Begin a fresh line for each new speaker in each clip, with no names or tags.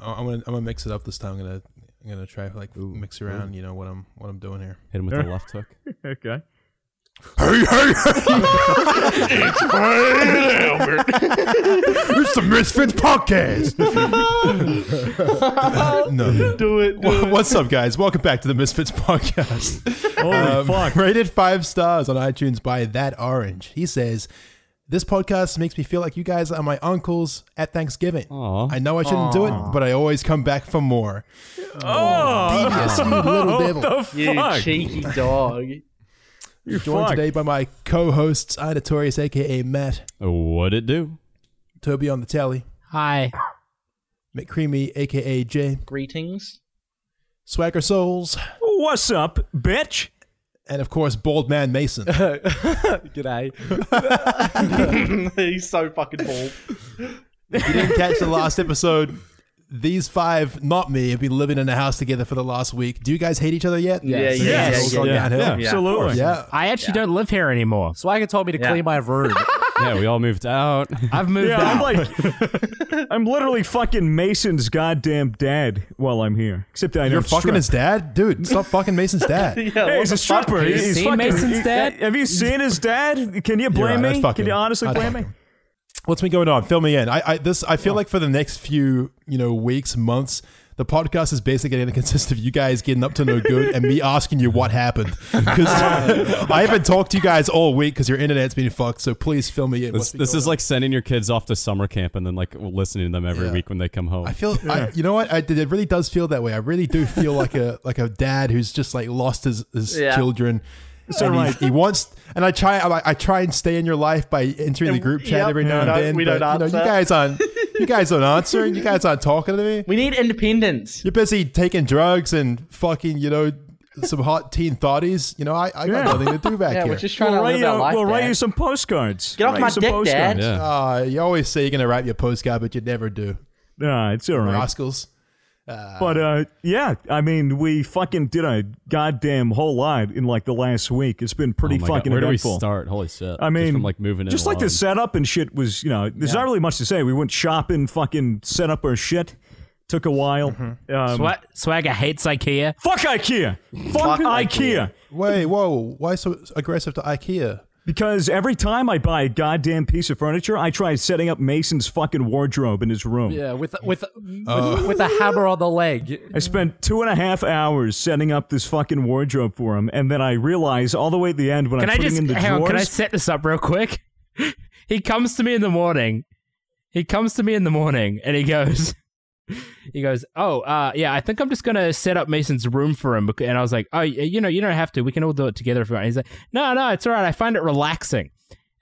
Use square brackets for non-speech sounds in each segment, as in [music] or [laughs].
I- I'm gonna I'm gonna mix it up this time. I'm gonna I'm gonna try like
Ooh,
mix around. You know what I'm what I'm doing here.
Hit him with the left hook.
okay.
[laughs] Hey hey! it's Albert. it's the Misfits
[laughs]
podcast. no.
Do it. Do
Wha- What's up, guys? Welcome back to the Misfits podcast.
it. Holy
Um,
fuck.
Rated five stars on iTunes by That Orange. He says, "This podcast makes me feel like you guys are my uncles at Thanksgiving.
Aw.
I know I shouldn't do it, but I always come back for more. Oh, devious you little devil!
You
Fuck.
cheeky dog.
You
Joined
fuck.
today by my co-hosts, I Notorious, aka Matt,
What it do?
Toby on the tally,
Hi.
McCreamy, aka Jay,
Greetings.
Swagger Souls,
What's up, bitch?
and of course Bald Man Mason.
G'day.
[laughs] He's so fucking bald.
If you didn't catch the last episode, these five, not me, have been living in a house together for the last week. Do you guys hate each other yet?
Yes. Yeah, yeah,
It's all
yeah,
gone downhill.
Yeah,
absolutely.
Yeah.
I actually don't live here anymore. Swagger told me to
Yeah.
clean my room.
yeah, we all moved out.
[laughs] I've moved
Yeah, [laughs]
out.
I'm like, [laughs] I'm literally fucking Mason's goddamn dad while I'm here. Except I
You're
don't
fucking
strip.
his dad? Dude, stop fucking Mason's
[laughs]
dad.
[laughs] Yeah,
Hey,
what
he's
the
a
fuck?
stripper.
you
He's
seen
fucking,
Mason's
he-
dad?
Have you seen his dad? Can you
You're
blame
right, I'd
me?
fuck
Can
him.
you honestly
I'd
blame
fuck
me?
him. What's been going on? Fill me in. I, I this I feel like for the next few you know weeks, months, the podcast is basically going to consist of you guys getting up to no good and me asking you what happened because I haven't talked to you guys all week because your internet's been fucked. So please fill me in.
This,
What's been
this
going
is like sending your kids off to summer camp and then like listening to them every
Yeah.
week when they come home.
I feel, I, you know what? I, it really does feel that way. I really do feel like a [laughs] like a dad who's just like lost his, his
Yeah.
children. So and he's- he wants, and I try, I, like- I try and stay in your life by entering the group chat
Yep.
every now
No,
and then.
we
but,
don't
you, know, you
answer.
guys aren't, you guys aren't answering. You guys aren't talking to me.
We need independence.
You're busy taking drugs and fucking, you know, some hot teen thotties. You know, I, I got
Yeah.
nothing to do back
Yeah,
here.
we're just trying
We'll,
to
write
live
you,
our life.
we'll write
Dad.
you some postcards.
Get off
Write
my
you some
dick,
postcards.
Dad.
yeah. Oh
Ah, you always say you're gonna write your postcard, but you never do.
Nah, it's all right.
Rascals.
But uh, yeah, I mean, we fucking did a goddamn whole lot in like the last week. It's been
Oh my
pretty
God,
fucking
Where do we
eventful.
start? Holy shit!
I mean,
just from like moving in.
just like
alone.
the [laughs] setup and shit was, you know, there's not really much to say. We went shopping, fucking set up our shit. Took a while. Um,
Swa- Swagger hates IKEA.
Fuck IKEA. Fuck,
Fuck
IKEA.
IKEA.
Wait, whoa! Why so aggressive to IKEA?
Because every time I buy a goddamn piece of furniture, I try setting up Mason's fucking wardrobe in his room.
Yeah, with with
Oh.
with, with a hammer on the leg.
I spent two and a half hours setting up this fucking wardrobe for him, and then I realize all the way at the end when
Can
I'm
I
putting
just
in the
hang
drawers.
on, can I set this up real quick? [laughs] he comes to me in the morning. He comes to me in the morning and he goes [laughs] he goes, "Oh, uh yeah, I think I'm just going to set up Mason's room for him." bec- And I was like, "Oh, y- you know, you don't have to. We can all do it together if you want." He's like, "No, no, it's all right. I find it relaxing."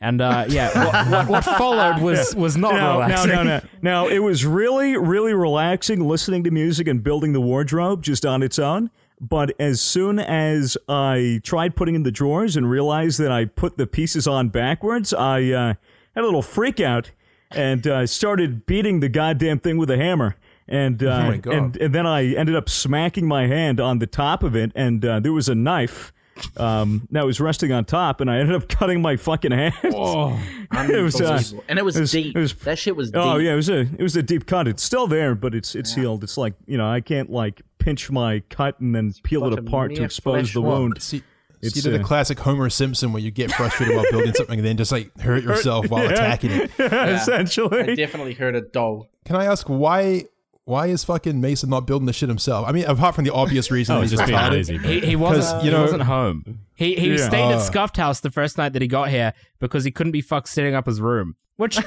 And uh yeah, [laughs] what, what, what followed was was not
no, no,
relaxing.
no, no, no. It was really, really relaxing listening to music and building the wardrobe just on its own. But as soon as I tried putting in the drawers and realized that I put the pieces on backwards, I uh, had a little freak out and uh, started beating the goddamn thing with a hammer. And, uh,
my God.
and and then I ended up smacking my hand on the top of it, and uh, there was a knife um, that was resting on top, and I ended up [laughs] cutting my fucking hand. [laughs] it was uh,
Unbelievable. and it was,
it was-
deep.
it was-
that shit was deep.
Oh yeah, it was a it was a deep cut. It's still there, but it's it's healed. It's like you know I can't like pinch my cut and then peel it
like a
apart to
mere
expose
flesh
the
wound.
wound. [laughs]
See, so
It's,
you did the
uh,
classic Homer Simpson where you get frustrated while building something and then just like hurt yourself while attacking it.
I
Essentially,
definitely heard a dog.
Can I ask why? Why is fucking Mason not building the shit himself? I mean, apart from the obvious reason,
Oh,
that
it's
he's
just being
retarded.
lazy. but-
He, he wasn't.
you
You
know-
he wasn't home. He he
Yeah. Oh.
stayed
Ah.
at Scuffed House the first night that he got here because he couldn't be fucked setting up his room.
[laughs]
Which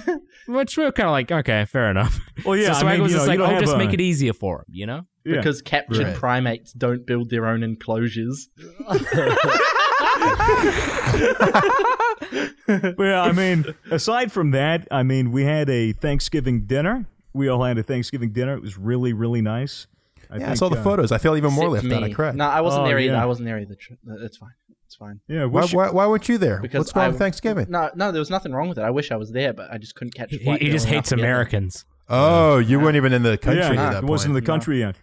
which we were kind of like, okay, fair enough.
Well, yeah, I
[laughs] So Swag
mean,
was
you
just
know, you
like,
don't
I'll
have
just
a-
make it easier for him, you know.
Yeah.
Because captured
Right.
primates don't build their own enclosures.
[laughs] well,
[laughs]
I mean, aside from that, I mean, we had a Thanksgiving dinner. We all had a Thanksgiving dinner. It was really, really nice. I
Yeah, I
think,
saw the
uh,
photos. I feel even more left
Except
out. I
me.
cried.
No, I wasn't
Oh,
there either.
yeah.
I wasn't there either. Tr- It's fine. It's fine.
Yeah,
why,
wish,
why, why weren't you there?
Because
What's wrong
I-
with Thanksgiving?
No, no, there was nothing wrong with it. I wish I was there, but I just couldn't catch. a
He,
flight
he
there
just
enough
hates
to get there.
Americans.
oh, you weren't even in the country
yeah,
at that
it
point. Ah.
wasn't in the country yet.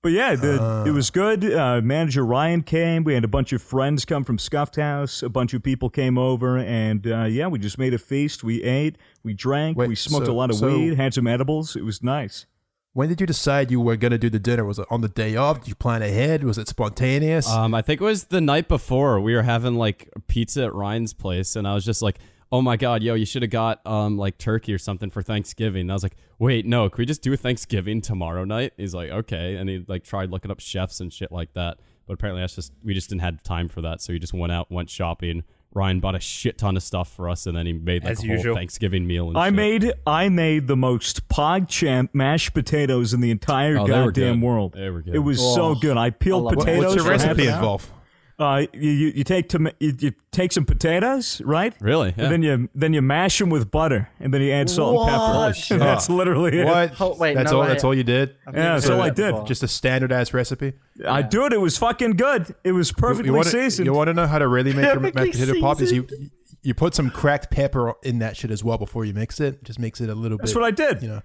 But yeah, the, it was good. Uh, Manager Ryan came. We had a bunch of friends come from Scuffed House. A bunch of people came over, and uh, yeah, we just made a feast. We ate, we drank,
Wait,
we smoked
so-
a lot of
so-
weed, had some edibles. It was nice.
When did you decide you were going to do the dinner? Was it on the day of? Did you plan ahead? Was it spontaneous?
Um, I think it was the night before we were having like pizza at Ryan's place, and I was just like, "Oh my god, yo, you should have got um like turkey or something for Thanksgiving." And I was like, "Wait, no, can we just do Thanksgiving tomorrow night?" He's like, "Okay," and he like tried looking up chefs and shit like that, but apparently that's just we just didn't have time for that, so he just went out, went shopping. Ryan bought a shit ton of stuff for us, and then he made like
As
a whole
usual.
Thanksgiving meal. And
I
shit.
made I made the most PogChamp mashed potatoes in the entire
Oh, they were
goddamn
good.
world.
They were good.
It was
Oh.
so good. I peeled
love it.
What-
potatoes.
What's your
for half
recipe
an hour.
involve?
Uh, you, you you take toma- you, you take some potatoes, right?
Really? Yeah.
And then you then you mash them with butter, and then you add salt
Holy
and pepper.
shit.
And that's literally it.
What?
Oh, wait,
that's
no,
all.
I-
that's all you did.
Yeah, that's all I did.
Just a standard ass recipe.
I dude, it was fucking good. It was perfectly
You want to
seasoned.
you want to know how to really make
[laughs]
your mashed
Perfectly
potato pop? Is you you put some cracked pepper in that shit as well before you mix it. Just makes it a little
that's
bit.
what I did.
you know.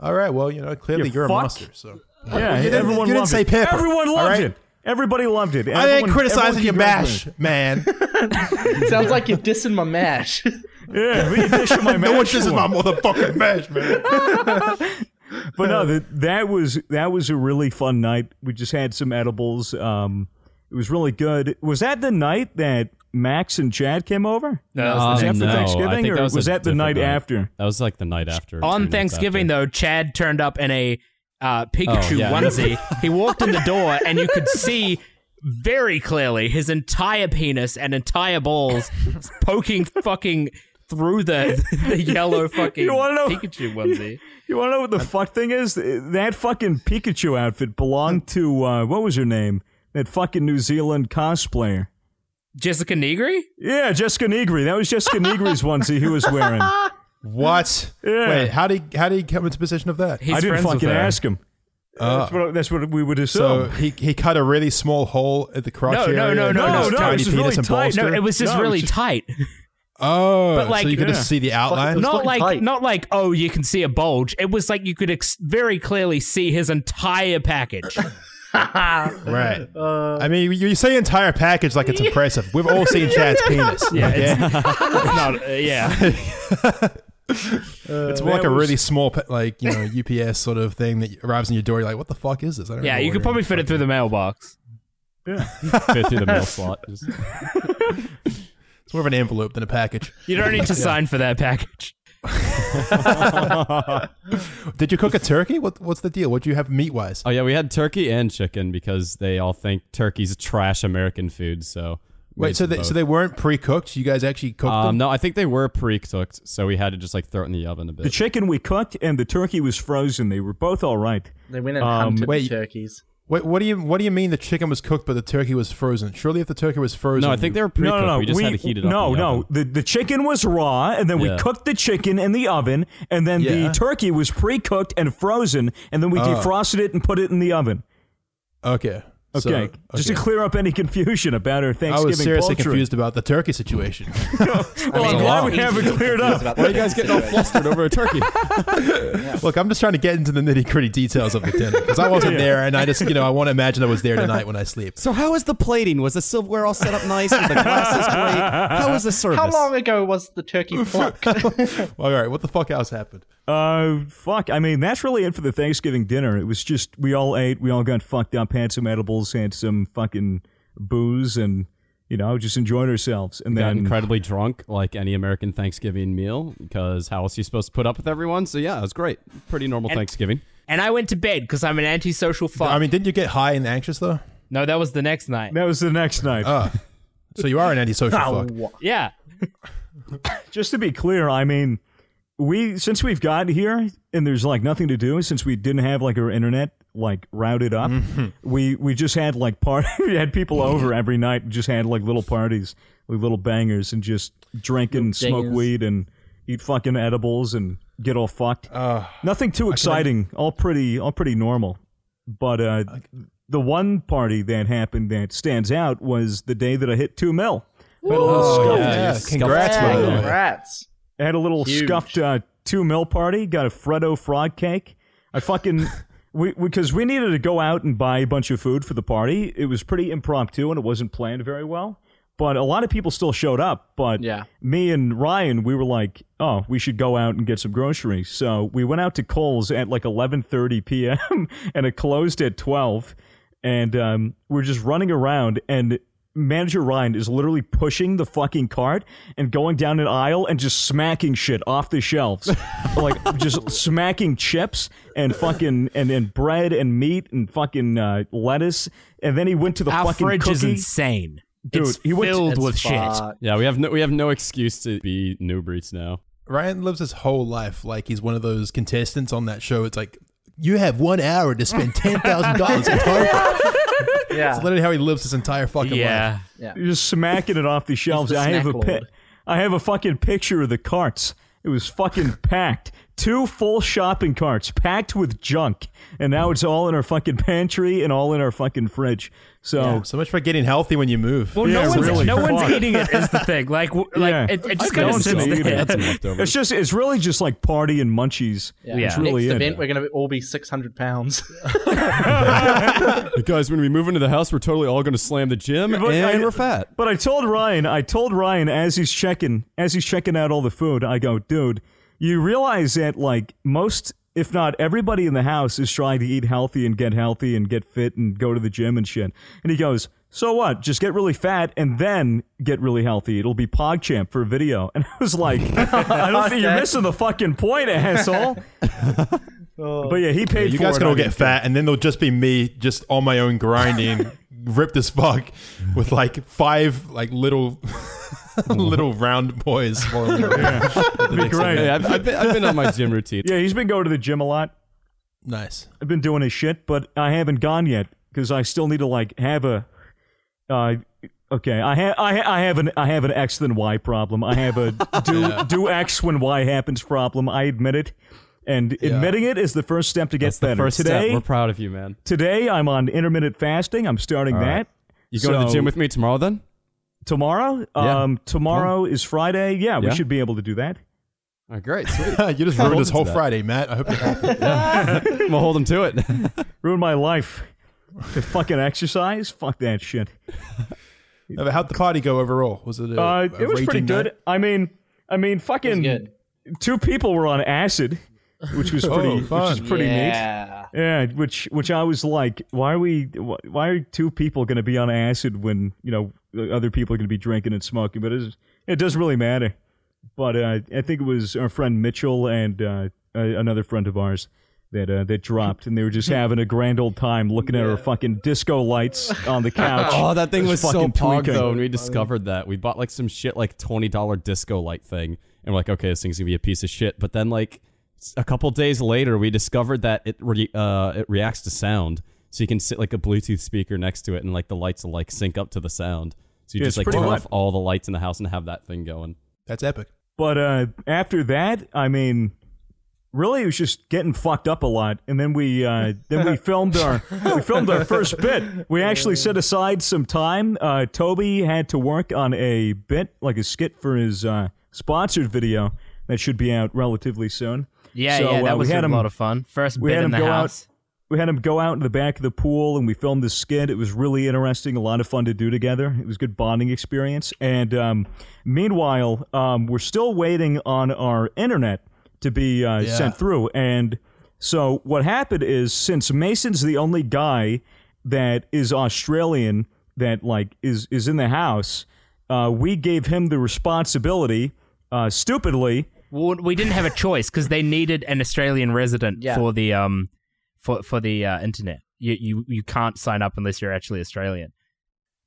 All right. Well, you know, clearly
You
you are
fuck.
a monster. So
Yeah,
you didn't-
everyone
you didn't
loved
say
it.
pepper,
Everyone
all
loved
right?
it. Everybody loved it.
I
Everyone-
ain't criticizing
everyone
your mash,
congratulated [laughs]
man.
Sounds like you're dissing my mash. [laughs]
me. Yeah, we dishing my
[laughs]
mash.
no one disses
for
my
him.
motherfucking mash,
[laughs]
man.
But no, that, that was that was a really fun night. We just had some edibles. Um, it was really good. Was that the night that Max and Chad came over?
that was the
Was
Um,
that for
no, I
Thanksgiving,
think
or
that was, a
that the
different
night after?
That was like the night after. two
On
nights
Thanksgiving,
after.
though, Chad turned up in a uh, Pikachu
Oh, yeah.
[laughs]
onesie. he walked in the door, and you could see very clearly his entire penis and
[laughs]
entire balls poking fucking through the, the yellow fucking
You wanna know-
Pikachu onesie.
You want to know what the fuck thing is? Eh, That fucking Pikachu outfit belonged to uh, what was her name? That fucking New Zealand cosplayer.
Jessica Negri?
Yeah, Jessica Negri. That was Jessica Negri's onesie he was
[laughs]
wearing. I
What?
Yeah.
Wait, how did he, how did he come into possession of that?
He's
didn't
friends with
fucking
her.
ask him. that's, what, that's what we would
so
assume.
he he cut a really small hole at the crotch
No, no,
area.
no,
and
no,
put
Oh, no,
his
no,
tiny
it's
penis
really
and
tight.
balls
No,
through
it was just
No,
really
it's just-
tight.
Oh,
But, like,
so you could
yeah.
just see the outline.
was
Not
fucking
like
tight.
not like oh you can see a bulge. It was like you could ex- very clearly see his
[laughs]
entire package.
Right. I mean, you you say entire package like it's impressive. We've all
[laughs]
seen Chad's penis. Yeah,
it's not uh, yeah.
it's more like
that
a
was-
really small, pa- like you know, UPS sort of thing that arrives in your door. You're like, what the fuck is this? I don't
Yeah,
know
you
what
could
we're
probably
in.
fit it through the mailbox.
Fit through the
[laughs]
mail slot. Just-
It's more of an envelope than a package. [laughs]
You don't
[laughs]
need to [laughs] sign for that package.
Did you cook a turkey? What What's the deal? What do you have meat wise?
Oh yeah, we had turkey and chicken because they all think turkey's trash American food. So
Wait,
made
so
them
they
both.
so they weren't pre cooked. You guys actually cooked
um,
them.
no, I think they were pre-cooked, so we had to just like throw it in the oven a
[laughs] the
bit.
chicken we cooked and the turkey was frozen. They were both all right.
They went and
Um,
hunted
wait.
the turkeys.
Wait, what do you What do you mean the chicken was cooked but the turkey was frozen? Surely if the turkey was frozen,
no, I think they were pre-cooked.
No, no, no.
We just had to heat it up.
no,
in the
no.
oven.
The the chicken was raw, and then we
Yeah.
cooked the chicken in the oven, and then
Yeah.
the turkey was pre-cooked and frozen, and then we defrosted it and put it in the oven.
okay. so-
Okay, just to
okay.
clear up any confusion about our
I
Thanksgiving
was seriously
poultry.
confused about the turkey
[laughs]
situation.
Well,
mean,
I'm glad
wow.
we have it cleared
It's
up.
about the situation.
flustered over a turkey.
Look, I'm just trying to get into the nitty gritty details of the dinner because I wasn't there, and I just, you know, I want to imagine I was there tonight when I sleep.
so how was the plating? Was the silverware all set up nice?
[laughs]
Were the glasses great? How was the service?
How long ago was
[laughs]
the turkey plucked?
All right, what the fuck else happened?
Uh, fuck. I mean, that's really it for the Thanksgiving dinner. It was just we all ate, we all got fucked up, had some edibles, had some fucking booze, and you know, just enjoyed ourselves. And
Got
then
incredibly drunk, like any American Thanksgiving meal, because how else are you supposed to put up with everyone? So yeah, it was great. Pretty normal Thanksgiving.
And I went to bed because I'm an antisocial fuck.
I mean, didn't you get high and anxious though?
no, that was the next night.
that was the next night.
So you are an antisocial fuck.
Yeah.
just to be clear, I mean, we since we've got here and there's like nothing to do since we didn't have like our internet like routed up, we we just had like part [laughs] we had people over every night and just had like little parties, like little bangers and just drink and smoke
dingers.
weed and eat fucking edibles and get all fucked. nothing too exciting, all pretty all pretty normal. But uh, the one party that happened that stands out was the day that I hit two mil. I had a little scuffed
yeah,
you're
congrats,
scuffed.
by the way.
Congrats.
I had a little
Huge.
scuffed uh, two mil party. Got a Freddo frog cake. I fucking we because we, needed to go out and buy a bunch of food for the party. It was pretty impromptu and it wasn't planned very well. But a lot of people still showed up. But
Yeah.
me and Ryan, we were like, oh, we should go out and get some groceries. So we went out to Cole's at like 11:30 p.m. [laughs] and it closed at 12. And um, we're just running around and. Manager Ryan is literally pushing the fucking cart and going down an aisle and just smacking shit off the shelves. [laughs] like just smacking chips and fucking and, and bread and meat and fucking uh, lettuce. And then he went to the
Our
fucking
fridge
cookie.
is insane.
Dude,
it's
he went to-
filled
That's
with shit.
fucked.
Yeah, we have no we have no excuse to be new breeds now.
Ryan lives his whole life like he's one of those contestants on that show. It's like you have one hour to spend ten thousand dollars on Target. That's
Yeah.
literally how he lives his entire fucking life.
Yeah.
You're just smacking it off the shelves.
He's the
I have a
snack
pi-
lord.
I have a fucking picture of the carts. It was fucking
[laughs]
packed. Two full shopping carts packed with junk, and now it's all in our fucking pantry and all in our fucking fridge. So
So much for getting healthy when you move.
Well,
Yeah,
no one's
really.
no one's
Fuck.
eating it is the
[laughs]
thing. Like, w- like
Yeah.
it, it just
I
kind of
don't
sits
eat
there.
it.
[laughs] That's some leftovers.
it's just it's really just like party and munchies.
[laughs] Yeah.
It's
Next
really
Next
it.
event, we're going to all be 600 pounds.
Hey, guys, when we move into the house, we're totally all going to slam the gym
But
and
I-
we're fat.
But I told Ryan, I told Ryan as he's checking, as he's checking out all the food, I go, dude, you realize that like most, if not everybody in the house is trying to eat healthy and get healthy and get fit and go to the gym and shit. And he goes, so what? Just get really fat and then get really healthy. It'll be PogChamp for a video. And I was like, [laughs] I don't think you're
Okay.
missing the fucking point, asshole. But yeah, he paid
you
for
guys
it.
can
I
all
didn't.
get fat, and then there'll just be me just on my own grinding, ripped as fuck, with like five like little [laughs] little round boys. following me around at the next event.
great.
Hey, I've, I've, been, I've been on my gym [laughs] routine.
Yeah, he's been going to the gym a lot.
Nice.
I've been doing his shit, but I haven't gone yet because I still need to like have a. Uh, okay, I have I, ha- I have an I have an X then Y problem. I
[laughs]
have a do do X when Y happens problem. I admit it, and admitting it is the first step to get
the
better.
first
today,
step. We're proud of you, man.
today I'm on intermittent fasting. I'm starting
right.
that.
You go to the
So-
gym with me tomorrow, then?
tomorrow.
Yeah.
Um, tomorrow is Friday. Yeah, we
Yeah.
should be able to do that.
All right, great. [laughs] Sweet.
you just ruined this
to
whole
that.
Friday, Matt. I hope you're happy.
I'm gonna hold him to [laughs] it.
Ruin my life. [laughs] To fucking exercise? Fuck that shit.
Now, How'd the party go overall? Was it? A,
Uh,
a
it was pretty
raging
good.
night?
I mean, I mean, fucking.
good.
two people were on acid,
[laughs]
which was pretty, which
Oh, fun.
is [laughs] pretty neat.
yeah.
Yeah, which which I was like, why are we, wh- why are two people going to be on acid when you know the other people are going to be drinking and smoking? But it's, it doesn't really matter. But uh, I think it was our friend Mitchell and uh, a- another friend of ours that uh, that dropped, and they were
[laughs]
just having a grand old time looking at our fucking disco lights on
[laughs]
the couch. [laughs]
oh, that thing
Just
was so
fucking
pog
tweaking.
though. When we discovered that, we bought like some shit like twenty dollar disco light thing, and we're like, okay, this thing's gonna be a piece of shit. But then like s- a couple days later, we discovered that it re- uh, it reacts to sound, so you can sit like a Bluetooth speaker next to it, and like the lights will like sync up to the sound. So you
Yeah, it's
just like
pretty
turn
hot.
off all the lights in the house and have that thing going.
That's epic.
But uh, after that, I mean, really, it was just getting fucked up a lot. And then we uh, then we filmed our we filmed our first bit. We actually set aside some time. Uh, Toby had to work on a bit, like a skit for his uh, sponsored video that should be out relatively soon.
Yeah,
So,
yeah,
uh,
that
we
was
had
a
him-
lot of fun. First
we
bit
had
in
him
the
go
house.
We had him go out in the back of the pool and we filmed the skit. It was really interesting, a lot of fun to do together. It was a good bonding experience. And um, meanwhile, um, we're still waiting on our internet to be uh, sent through. And so what happened is since Mason's the only guy that is Australian that like is is in the house, uh, we gave him the responsibility, uh, stupidly.
Well, we didn't have a choice because they needed an Australian resident
Yeah.
for the um for for the uh, internet. You, you you can't sign up unless you're actually Australian.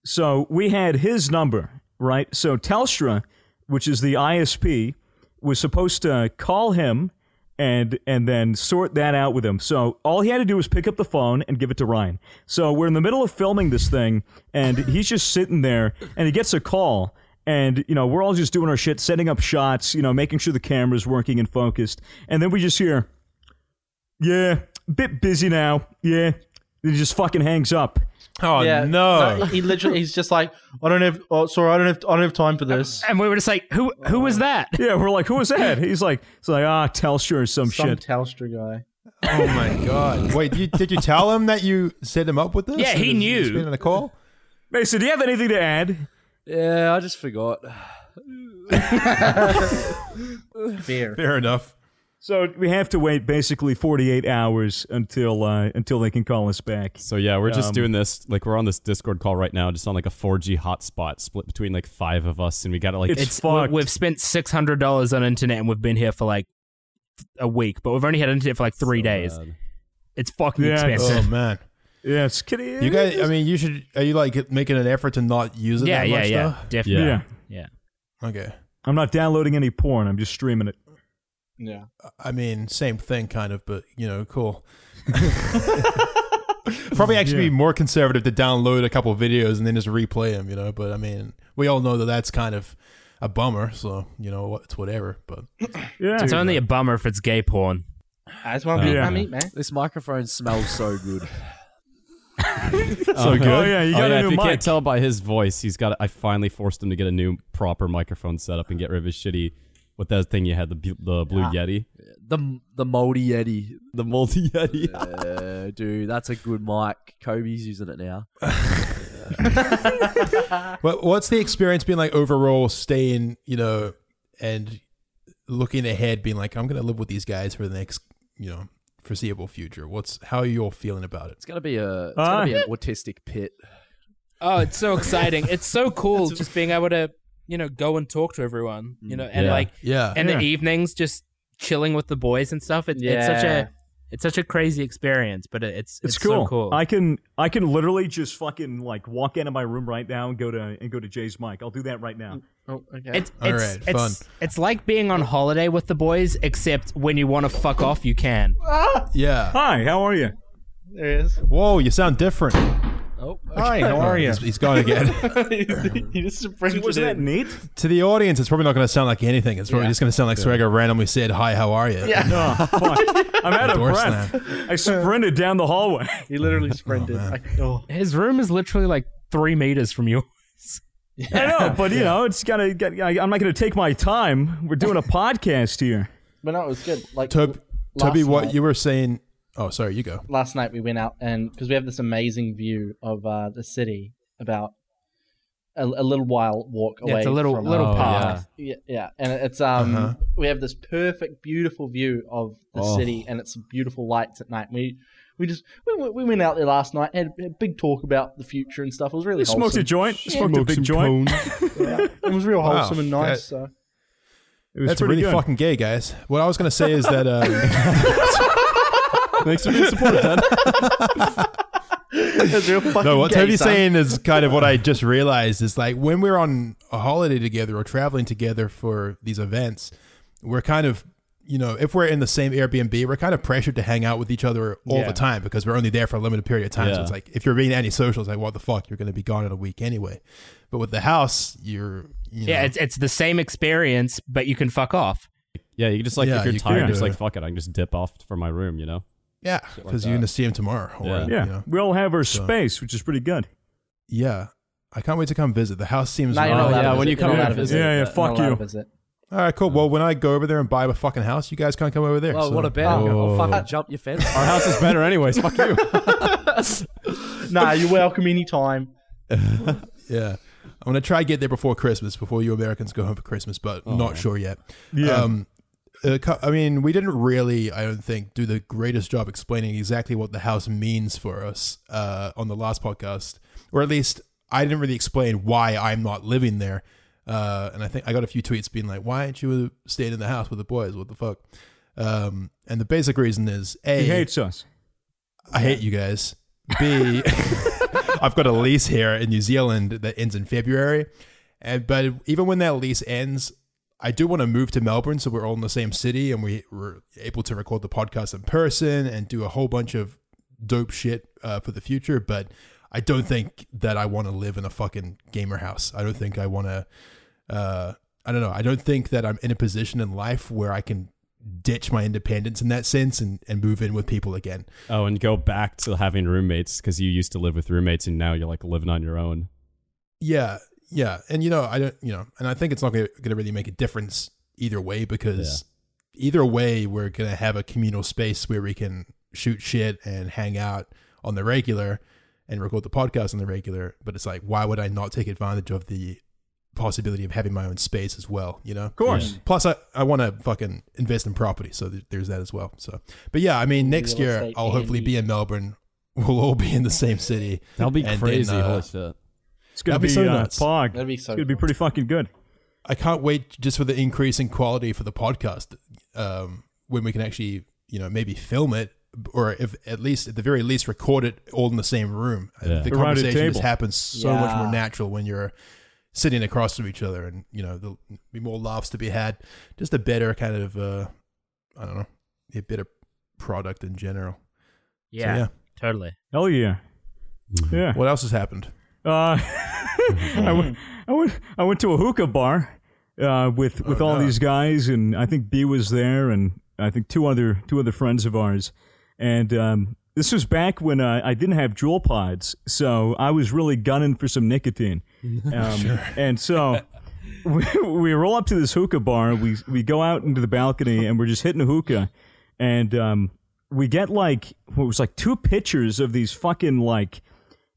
So we had his number, right? So Telstra, which is the ISP, was supposed to call him and and then sort that out with him. So all he had to do was pick up the phone and give it to Ryan. So we're in the middle of filming this thing and he's just sitting there and he gets a call and you know, we're all just doing our shit, setting up shots, you know, making sure the camera's working and focused. And then we just hear Yeah, bit busy now. Yeah. He just fucking hangs up.
Oh
yeah.
no!
he he literally, he's just like, I don't have, oh, sorry, I don't have, I don't have time
Oh,
for this.
And we were just like, who who was that?
Yeah, we're like, who was that? He's like, it's like, ah, Telstra or some,
Some
shit.
Telstra guy.
Oh my god! Wait, you, did you tell him that you set him up with this?
Yeah, he
Is- is
knew.
Been in a call.
Mason, do you have anything to add?
Yeah, I just forgot.
Fair.
Fair enough.
So we have to wait basically 48 hours until uh, until they can call us back.
So yeah, we're just
Um,
doing this. Like we're on this Discord call right now, just on like a 4G hotspot split between like five of us, and we got to like.
It's-
It's we-
fucked.
we've spent six hundred dollars on internet and we've been here for like a week, but we've only had internet for like three
so
days.
bad.
It's fucking
Yeah,
Oh
expensive.
man,
Yes, kitty.
you guys. I mean, you should. Are you like making an effort to not use it?
yeah,
that
yeah,
much,
yeah,
Yeah.
definitely.
yeah.
Though? Okay.
I'm not downloading any porn. I'm just streaming it.
Yeah.
I mean, same thing, kind of, but you know, cool. [laughs] Probably actually be
Yeah.
more conservative to download a couple videos and then just replay them, you know. But I mean, we all know that that's kind of a bummer. So you know, what- it's whatever. But
Yeah.
It's only a bummer if it's gay porn.
That's one thing
Oh, Yeah.
I mean, man.
This microphone smells so good.
so
good.
Oh yeah, you
Oh,
got
yeah,
a new
if you
mic.
can't tell by his voice, he's got. I finally forced him to get a new proper microphone setup and get rid of his shitty. What that thing you had the bu- the blue Yeti,
The the moldy Yeti.
the multi [laughs] Yeti.
Uh, dude, that's a good mic. Kobe's using it now.
what, what's the experience been like overall? Staying, you know, and looking ahead, being like, I'm gonna live with these guys for the next, you know, foreseeable future. What's how are you all feeling about it?
It's gonna be a it's gonna be an autistic pit.
Oh, it's so exciting. it's so cool just being able to, you know, go and talk to everyone, you know, and
Yeah.
like
Yeah,
in
Yeah.
the evenings just chilling with the boys and stuff. It, It's such
Yeah.
a it's such a crazy experience, but it, it's, it's
It's, cool.
so cool.
I can I can literally just fucking like walk into my room right now and go to and go to Jay's mic. I'll do that right now.
Oh, okay.
it's
All
it's,
right,
it's it's like being on holiday with the boys, except when you want to fuck off, you can.
yeah.
[laughs] Hi, how are you?
there it is.
Whoa, you sound different.
Oh,
Hi, how are you?
He's- he's gone [laughs] again.
[laughs] you just sprinted
Wasn't that
in.
neat?
to the audience, it's probably not going to sound like anything. It's probably just going to sound like Swagger randomly said, "Hi, how are you?" Yeah.
Oh, fuck. I'm out of
Door
breath. I sprinted down the hallway.
He literally sprinted. I, oh.
His room is literally like three meters from yours.
[laughs]
I know, but you know, it's gotta. Get, I, I'm not gonna take my time.
[laughs]
We're doing a podcast here.
But no, it was good. Like
Tob-
last
Toby, what
night-
you were saying? Oh, sorry, you go.
last night we went out and because we have this amazing view of uh, the city about a, a little while walk away.
Yeah, it's a little
from- uh,
little
Oh,
park.
Yeah, yeah, and it's um
Uh-huh.
we have this perfect, beautiful view of the
Oh.
city and its beautiful lights at night. We we just we, went- we went out there last night, had a big talk about the future and stuff. It was really
I smoked a
wholesome.
joint. Smoked a big joint. [laughs]
It was real
Wow.
wholesome and nice.
That-
so.
It was
That's
pretty
really
good.
fucking gay, guys. What I was going to say is that. Uh,
Thanks for being supportive, Dan.
It was real fucking
no, what
gay,
Toby's
son.
saying is kind of what I
[laughs]
just realized is like when we're on a holiday together or traveling together for these events, we're kind of. You know, if we're in the same Airbnb, we're kind of pressured to hang out with each other all
Yeah.
the time because we're only there for a limited period of time. So
Yeah.
it's like if you're being antisocial, it's like what the fuck, you're going to be gone in a week anyway. But with the house, you're you know,
Yeah, it's it's the same experience, but you can fuck off.
Yeah, you can just like
Yeah,
if you're
you
tired,
can
you're just
do
like
it.
fuck it, I can just dip off for my room, you know.
Yeah, because you're gonna see him tomorrow. Or,
Yeah.
yeah,
Yeah,
You know,
we all have our space, which is pretty good.
yeah. I can't wait to come visit. The house seems.
No, you're
really-
not allowed
yeah,
to
when
visit.
you come
You're not
out
allowed
of
to
visit.
Yeah, yeah,
You're not
fuck
allowed to
you.
visit.
All right, cool. Well, when I go over there and buy a fucking house, you guys can't come over there.
well,
so-
what about?
Oh.
I'll fucking jump your fence.
Our house is better, anyways. Fuck you.
Nah, you're welcome anytime.
Yeah, I'm gonna try to get there before Christmas, before you Americans go home for Christmas, but not sure yet.
Yeah.
Um, uh, co- I mean, we didn't really, I don't think, do the greatest job explaining exactly what the house means for us uh, on the last podcast, or at least I didn't really explain why I'm not living there. Uh, and I think I got a few tweets being like, "Why aren't you staying in the house with the boys? What the fuck?" Um, and the basic reason is a
[laughs] He hates us.
I hate you guys. B, [laughs] I've got a lease here in New Zealand that ends in February. And, but even when that lease ends, I do want to move to Melbourne so we're all in the same city and we were able to record the podcast in person and do a whole bunch of dope shit uh, for the future. But I don't think that I want to live in a fucking gamer house. I don't think I want to. Uh, I don't know. I don't think that I'm in a position in life where I can ditch my independence in that sense and, and move in with people again.
oh, and go back to having roommates because you used to live with roommates and now you're like living on your own.
Yeah, yeah, and you know, I don't, you know, and I think it's not going to really make a difference either way because either way, we're going to have a communal space where we can shoot shit and hang out on the regular and record the podcast on the regular. But it's like, why would I not take advantage of the possibility of having my own space as well, you know? Of
course.
Plus, I, I want to fucking invest in property, so th- there's that as well. So, but yeah, I mean, next
real
year
estate
I'll hopefully
A&E.
be in Melbourne. We'll all be in the same city.
That'll be
And then,
crazy.
uh,
Holy shit.
It's gonna
That'd be
be,
so
uh,
nuts.
Pog.
That'd be so
It's gonna be
cool.
pretty fucking good.
I can't wait just for the increase in quality for the podcast um, when we can actually, you know, maybe film it or if at least at the very least record it all in the same room.
Yeah.
The
Around a
conversation just
table.
happens so much more
Yeah.
natural when you're sitting across from each other, and you know there'll be more laughs to be had. Just a better kind of, uh, I don't know, a better product in general. So,
Yeah, totally.
Hell yeah.
Mm.
Yeah.
What else has happened?
Uh, [laughs] I, went, I went. I went to a hookah bar uh, with with all these guys, and I think B was there, and I think two other two other friends of ours. And um, this was back when uh, I didn't have jewel pods, so I was really gunning for some nicotine. Um, And so [laughs] we, we roll up to this hookah bar. We we go out into the balcony, and we're just hitting a hookah, and um, we get like what was like two pitchers of these fucking like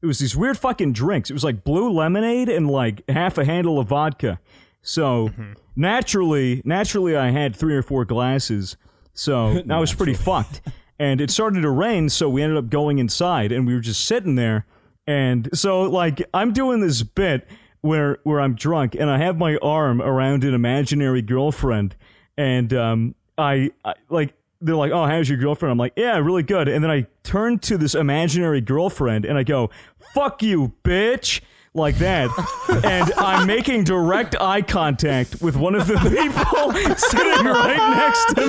it was these weird fucking drinks. It was like blue lemonade and like half a handle of vodka. So naturally, naturally, I had three or four glasses. So I was pretty fucked. And it started to rain, so we ended up going inside, and we were just sitting there. And so, like, I'm doing this bit where where I'm drunk, and I have my arm around an imaginary girlfriend, and um, I, I like they're like, "Oh, how's your girlfriend?" I'm like, "Yeah, really good." And then I turn to this imaginary girlfriend and I go, "Fuck you, bitch."
[laughs]
Like that, and I'm making direct eye contact with one of the
[laughs]
people sitting right next to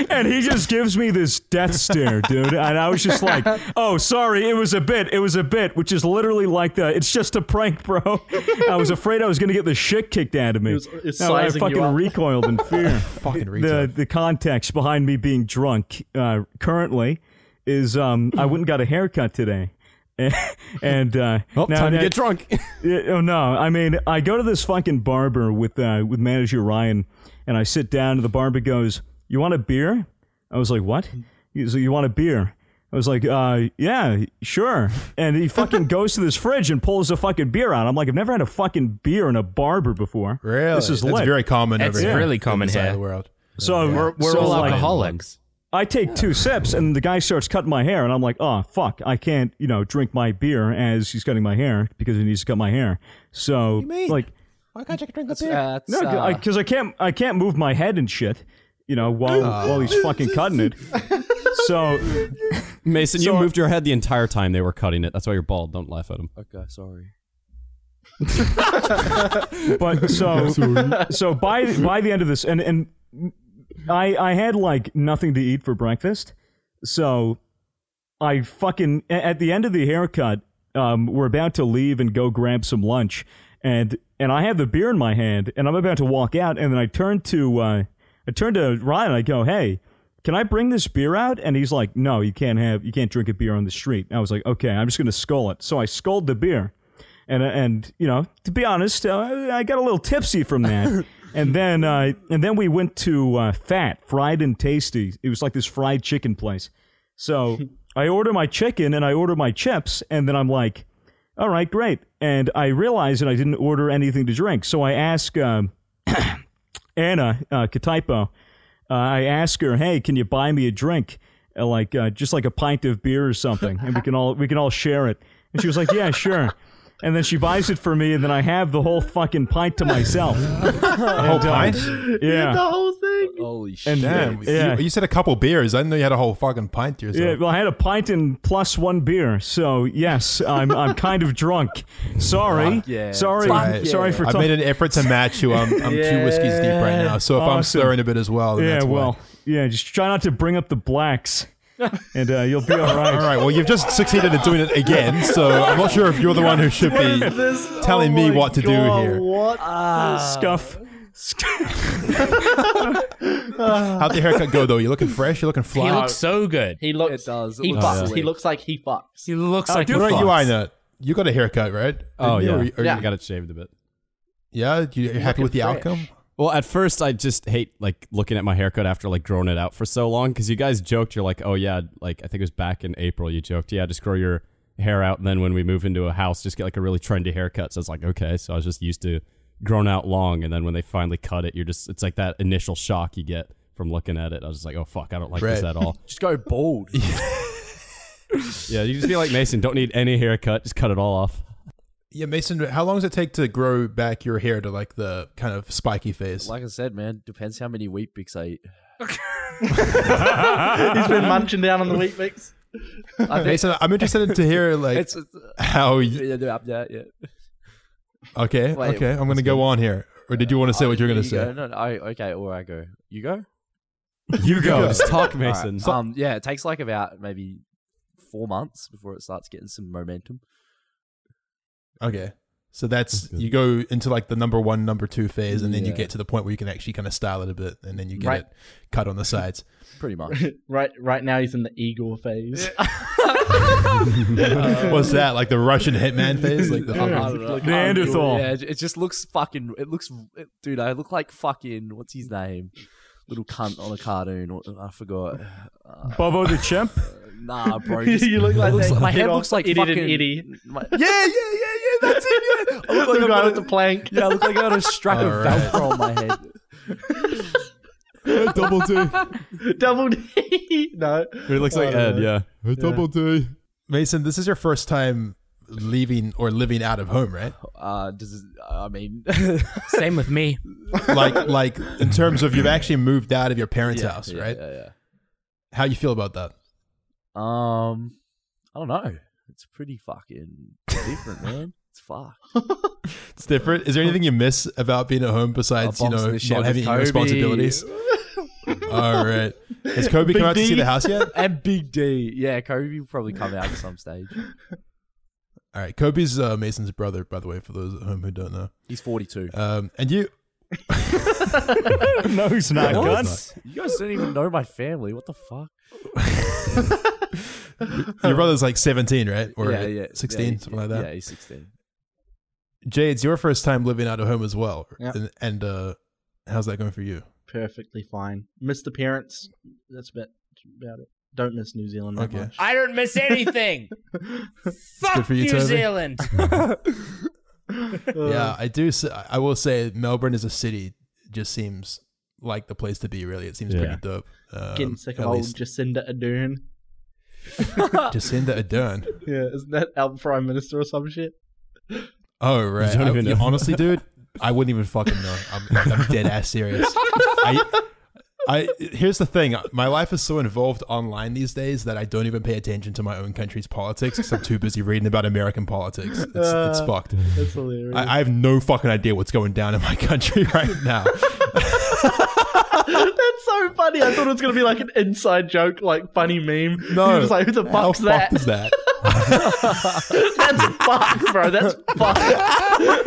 me, and he just gives me this death stare, dude. And I was just like, "Oh, sorry, it was a bit, it was a bit," which is literally like the, "It's just a prank, bro." I was afraid I was gonna get the shit kicked out of me.
was- it's
No, I
sizing you
fucking
up.
recoiled in
[laughs]
fear
Fucking
the
retail.
the context behind me being drunk uh, currently is um, I went and got a haircut today, [laughs] and uh,
Oh,
now
time
that-
to get drunk.
yeah, oh no! I mean, I go to this fucking barber with uh, with manager Ryan, and I sit down. And the barber goes, "You want a beer?" I was like, "What?" He's like, "You want a beer?" I was like, uh, "Yeah, sure." And he fucking goes to this fridge and pulls a fucking beer out. I'm like, "I've never had a fucking beer in a barber before.
Really?
This is
That's
lit."
very common
It's
over here.
really
in
common
this side of
here.
the world.
so we're,
We're all
like,
alcoholics.
I take two sips and the guy starts cutting my hair and I'm like, oh fuck, I can't, you know, drink my beer as he's cutting my hair because he needs to cut my hair. So like
Why can't you drink a
That's, uh, that's,
no,
uh,
because I, can't I can't move my head and shit, you know, while while he's fucking cutting it. So
[laughs] Mason, you
So-
moved your head the entire time they were cutting it. That's why you're bald. Don't laugh at him.
okay, sorry.
but so so by by the end of this and and I I had like nothing to eat for breakfast. So I fucking a- at the end of the haircut, um, we're about to leave and go grab some lunch, and and I have the beer in my hand, and I'm about to walk out, and then I turn to uh, I turn to Ryan, I go, hey. Can I bring this beer out? And he's like, "No, you can't have, you can't drink a beer on the street." And I was like, "Okay, I'm just gonna scull it." So I sculled the beer, and uh, and you know, to be honest, uh, I got a little tipsy from that. and then uh, and then we went to uh, Fat Fried and Tasty. It was like this fried chicken place. So I order my chicken and I order my chips, and then I'm like, "All right, great." And I realize that I didn't order anything to drink, so I ask um, [clears throat] Anna uh, Kataipo. Uh, I ask her, "Hey, can you buy me a drink, uh, like uh, just like a pint of beer or something, and we can all we can all share it?" And she was like, "Yeah, sure." And then she buys it for me, and then I have the whole fucking pint
[laughs]
to myself. uh,
A whole pint?
Yeah,
whole thing.
Holy shit.
and
Damn.
yeah,
You, you said a couple beers. I didn't know you had a whole fucking pint to yourself.
Yeah, well, I had a pint and plus one beer, so yes, I'm I'm kind of drunk. Sorry,
Fuck yeah.
sorry,
Fuck
sorry
yeah.
for
I've
talking.
made an effort to match you. I'm, I'm two whiskeys deep right now. So if I'm
Awesome.
slurring a bit as well, then
Yeah,
that's why.
well, yeah, just try not to bring up the blacks, and uh, you'll be all
[laughs]
right.
All right. Well, you've just succeeded at doing it again. So I'm not sure if you're the one who should
[laughs]
be telling
Oh
me what to do here.
What?
Scuff.
How'd the haircut go though? You're looking fresh. You're looking fly.
He looks so good.
He looks.
It does. It
He
looks
fucks.
slick.
He looks like he fucks.
He looks
what
like he
about you,
fucks.
[laughs] Ina? You got a haircut, right?
Oh,
Didn't you?
yeah.
Or you- or you-
Yeah.
I got it shaved a bit.
yeah. You, are happy with the
fresh.
outcome?
Well, at first I just hate like looking at my haircut after like growing it out for so long because you guys joked you're like, oh yeah, like I think it was back in April you joked, yeah, just grow your hair out and then when we move into a house, just get like a really trendy haircut. So it's like okay, so I was just used to grown out long, and then when they finally cut it, you're just it's like that initial shock you get from looking at it. I was just like, oh fuck, I don't like this
Right.
at all. [laughs]
Just go bald.
yeah, you just feel like Mason. Don't need any haircut. Just cut it all
[laughs]
off.
Yeah, Mason, how long does it take to grow back your hair to like the kind of spiky phase?
like I said, man, depends how many wheat bix I eat.
[laughs] He's been munching down on the wheat mix.
I think
Mason, I'm interested to hear like
it's, it's
how. You,
yeah, yeah, yeah, yeah.
okay,
Wait,
okay, I'm gonna go on here. Or did you want to say
Oh,
what you're gonna
you Go.
say?
No, no, I, okay, or I go. You go.
You go. Just talk, Mason.
Alright, Um, yeah, it takes like about maybe four months before it starts getting some momentum.
Okay, so that's you go into like the number one, number two phase, and then you
Yeah.
get to the point where you can actually kind of style it a bit, and then you get
Right.
it cut on the
[laughs]
sides.
Pretty much.
Right, right now he's in the eagle phase. [laughs] Uh,
Uh,
What's that? Like the Russian hitman phase? Like
[laughs]
the
I don't
fucking-
know.
Neanderthal.
Yeah, it it just looks fucking. It looks, it, dude. I look like fucking. What's his name? Little cunt on a cartoon. What- I forgot. Uh,
Bobo the chimp.
[laughs]
nah, bro. Just,
you look like
looks
that
like- my
kid
head
off
looks like
Idiot and
fucking.
Itty.
my- yeah, yeah, yeah, yeah. That's it. Yeah. I look
[laughs]
like
The
I've
guy
got
with
a-
the plank. [laughs]
yeah, I look like I got a strap of
Alright.
Velcro on my head.
[laughs] double D.
Double D. [laughs] no.
It looks like Ed. Yeah.
Double D. [laughs] Mason, this is your first time leaving or living out of home, right?
Uh, does it, I mean, [laughs]
Same with me.
like like in terms of you've actually moved out of your parents' house,
yeah,
right?
Yeah, yeah.
How you feel about that?
Um, I don't know. It's pretty fucking different, man. It's fucked.
It's different. Is there anything you miss about being at home besides
I
you
boxed
know
the shit
not
with
having any
Kobe. [laughs]
responsibilities? All right. Has Kobe come out to see the house yet?
And Big D, yeah, Kobe will
[laughs]
probably come out at some stage.
All right. Kobe's uh, Mason's brother, by the way, for those at home who don't know.
He's forty-two.
Um, and
[laughs]
you,
no, he's not.
What?
God.
You guys don't even know my family. What the fuck?
your brother's like seventeen, right? Or
yeah, yeah,
sixteen,
yeah,
something like that.
Yeah, he's sixteen.
Jay, it's your first time living out of home as well,
Yeah.
and, and uh, how's that going for you?
Perfectly fine. Miss the parents. That's about, about it. Don't miss New Zealand that
Okay.
much.
I don't miss
[laughs]
anything. Fuck
for you,
New
Toby. [laughs]
Zealand.
yeah, I do. s- I will say Melbourne as a city just seems like the place to be. Really, it seems
Yeah.
pretty dope. Um,
Getting sick of
at
old
least
Jacinda Ardern.
Jacinda
[laughs]
Ardern.
Yeah, isn't that our prime minister or some shit?
Oh right.
don't
I-
even know. [laughs]
honestly, dude, I wouldn't even fucking know. I'm, like, I'm dead ass serious. I, I here's the thing. My life is so involved online these days that I don't even pay attention to my own country's politics because I'm too busy reading about American politics. It's, it's
Uh,
fucked.
That's hilarious.
I, I have no fucking idea what's going down in my [laughs] country right now.
That's so funny. I thought it was gonna be like an inside joke, like funny meme.
No.
You're just like who the
How
fuck's that?
fucked is that?
[laughs] That's fuck, bro. That's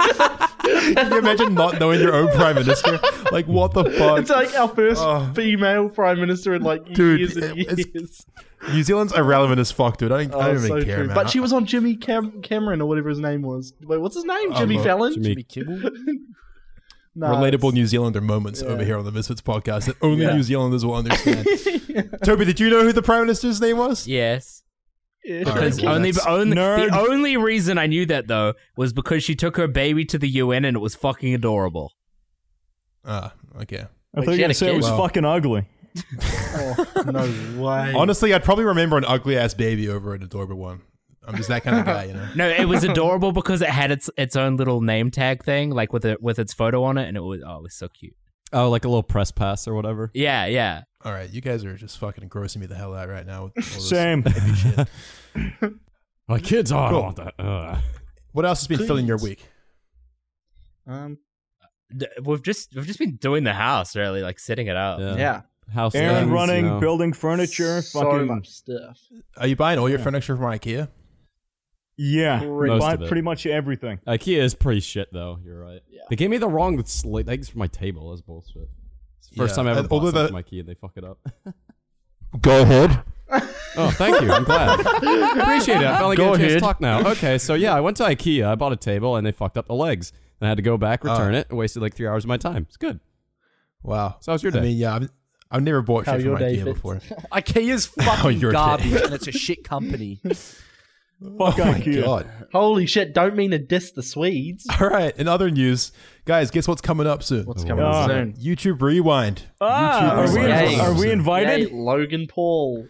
[laughs]
fuck.
Can you imagine not knowing your own prime minister? Like, what the fuck?
It's like our first
Oh.
female prime minister in like
Dude,
years and
it- it's-
years.
New Zealand's irrelevant as fuck, dude. I don't, I
Oh,
don't even
so
care,
true.
man.
But she was on Jimmy Cam- Cameron or whatever his name was. Wait, what's his name?
Oh,
Jimmy
look,
Fallon.
Jimmy
Kibble. [laughs]
Nah,
relatable New Zealander moments over here on the Misfits podcast that only New Zealanders will
[laughs]
understand. Toby, did you know who the prime minister's name was?
Yes.
[laughs]
it's-
All right,
Because
well,
only,
that's-
only
Nerd.
the only reason I knew that though was because she took her baby to the UN and it was fucking adorable.
Ah, okay.
I thought you
Wait, she
were
had
gonna
a
say it
kid?
was
Wow.
fucking ugly.
Oh, no way.
Honestly, I'd probably remember an ugly ass baby over an adorable one. I'm just that kind of guy, you
[laughs]
know.
No, it was adorable because it had its its own little name tag thing, like with it with its photo on it, and it was oh, it was so cute.
Oh, like a little press pass or whatever.
Yeah, yeah.
All right, you guys are just fucking grossing me the hell out right now. With all this
Same.
baby shit.
My kids. Oh, I
Cool.
don't want that. Ugh.
What else has been filling your week?
Um,
D- We've just we've just been doing the house really, like setting it up.
Yeah.
yeah,
House.
Aaron
things,
running,
you know.
building furniture,
so
fucking
much stuff.
Are you buying all your furniture from IKEA?
yeah,
Pretty
we
Most
bought
of it.
pretty much everything.
IKEA is pretty shit though. You're right.
Yeah.
They gave me the wrong sl- legs for my table. That's bullshit. It's Uh, the first
Yeah,
time I ever
and
bought
although
something
the-
from IKEA and they fuck it up.
Go ahead.
[laughs] oh, thank you. I'm glad. [laughs] Appreciate it. I finally get a chance to talk now. Okay, so yeah, I went to IKEA. I bought a table and they fucked up the legs. And I had to go back, return it, and wasted like three hours of my time. It's good.
Wow.
So how's your
I
day?
mean, yeah, I've, I've never bought
How
shit from
your day
IKEA
fits.
before.
IKEA's fucking
you're
garbage, and it's a shit company.
Fuck
Oh my
IKEA.
god.
Holy shit! Don't mean to diss the Swedes.
All right. In other news, guys, guess what's coming up soon?
What's coming
Ah.
up soon?
YouTube Rewind.
Ah, are
YouTube
we,
Rewind.
are we
Yay,
invited?
Logan Paul.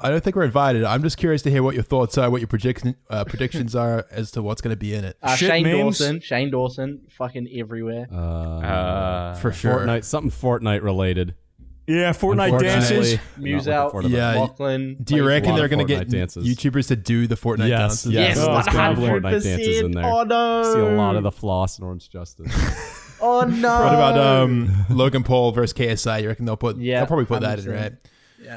I don't think we're invited. I'm just curious to hear what your thoughts are, what your prediction, uh, predictions are as to what's going to be in it.
Uh,
Shit
Shane
memes.
Dawson. Shane Dawson. Fucking everywhere.
Uh,
Uh,
For sure.
Fortnite, something Fortnite related.
Yeah, Fortnite dances.
Unfortunately, I'm not
Muse
looking
out.
forward to that.
Yeah.
Lachlan.
Do you
plays
reckon
lot
they're
of
going to
Fortnite
get
dances.
YouTubers to do the Fortnite
Yes,
dances?
yes,
Yes,
Oh,
one
there's gonna be
hundred
Fortnite dances in
percent.
there.
Oh no!
See a lot of the floss in Orange Justice.
[laughs]
Oh no!
What about um, Logan Paul versus KSI? You reckon they'll put?
Yeah,
they'll probably put that in,
100%.
right?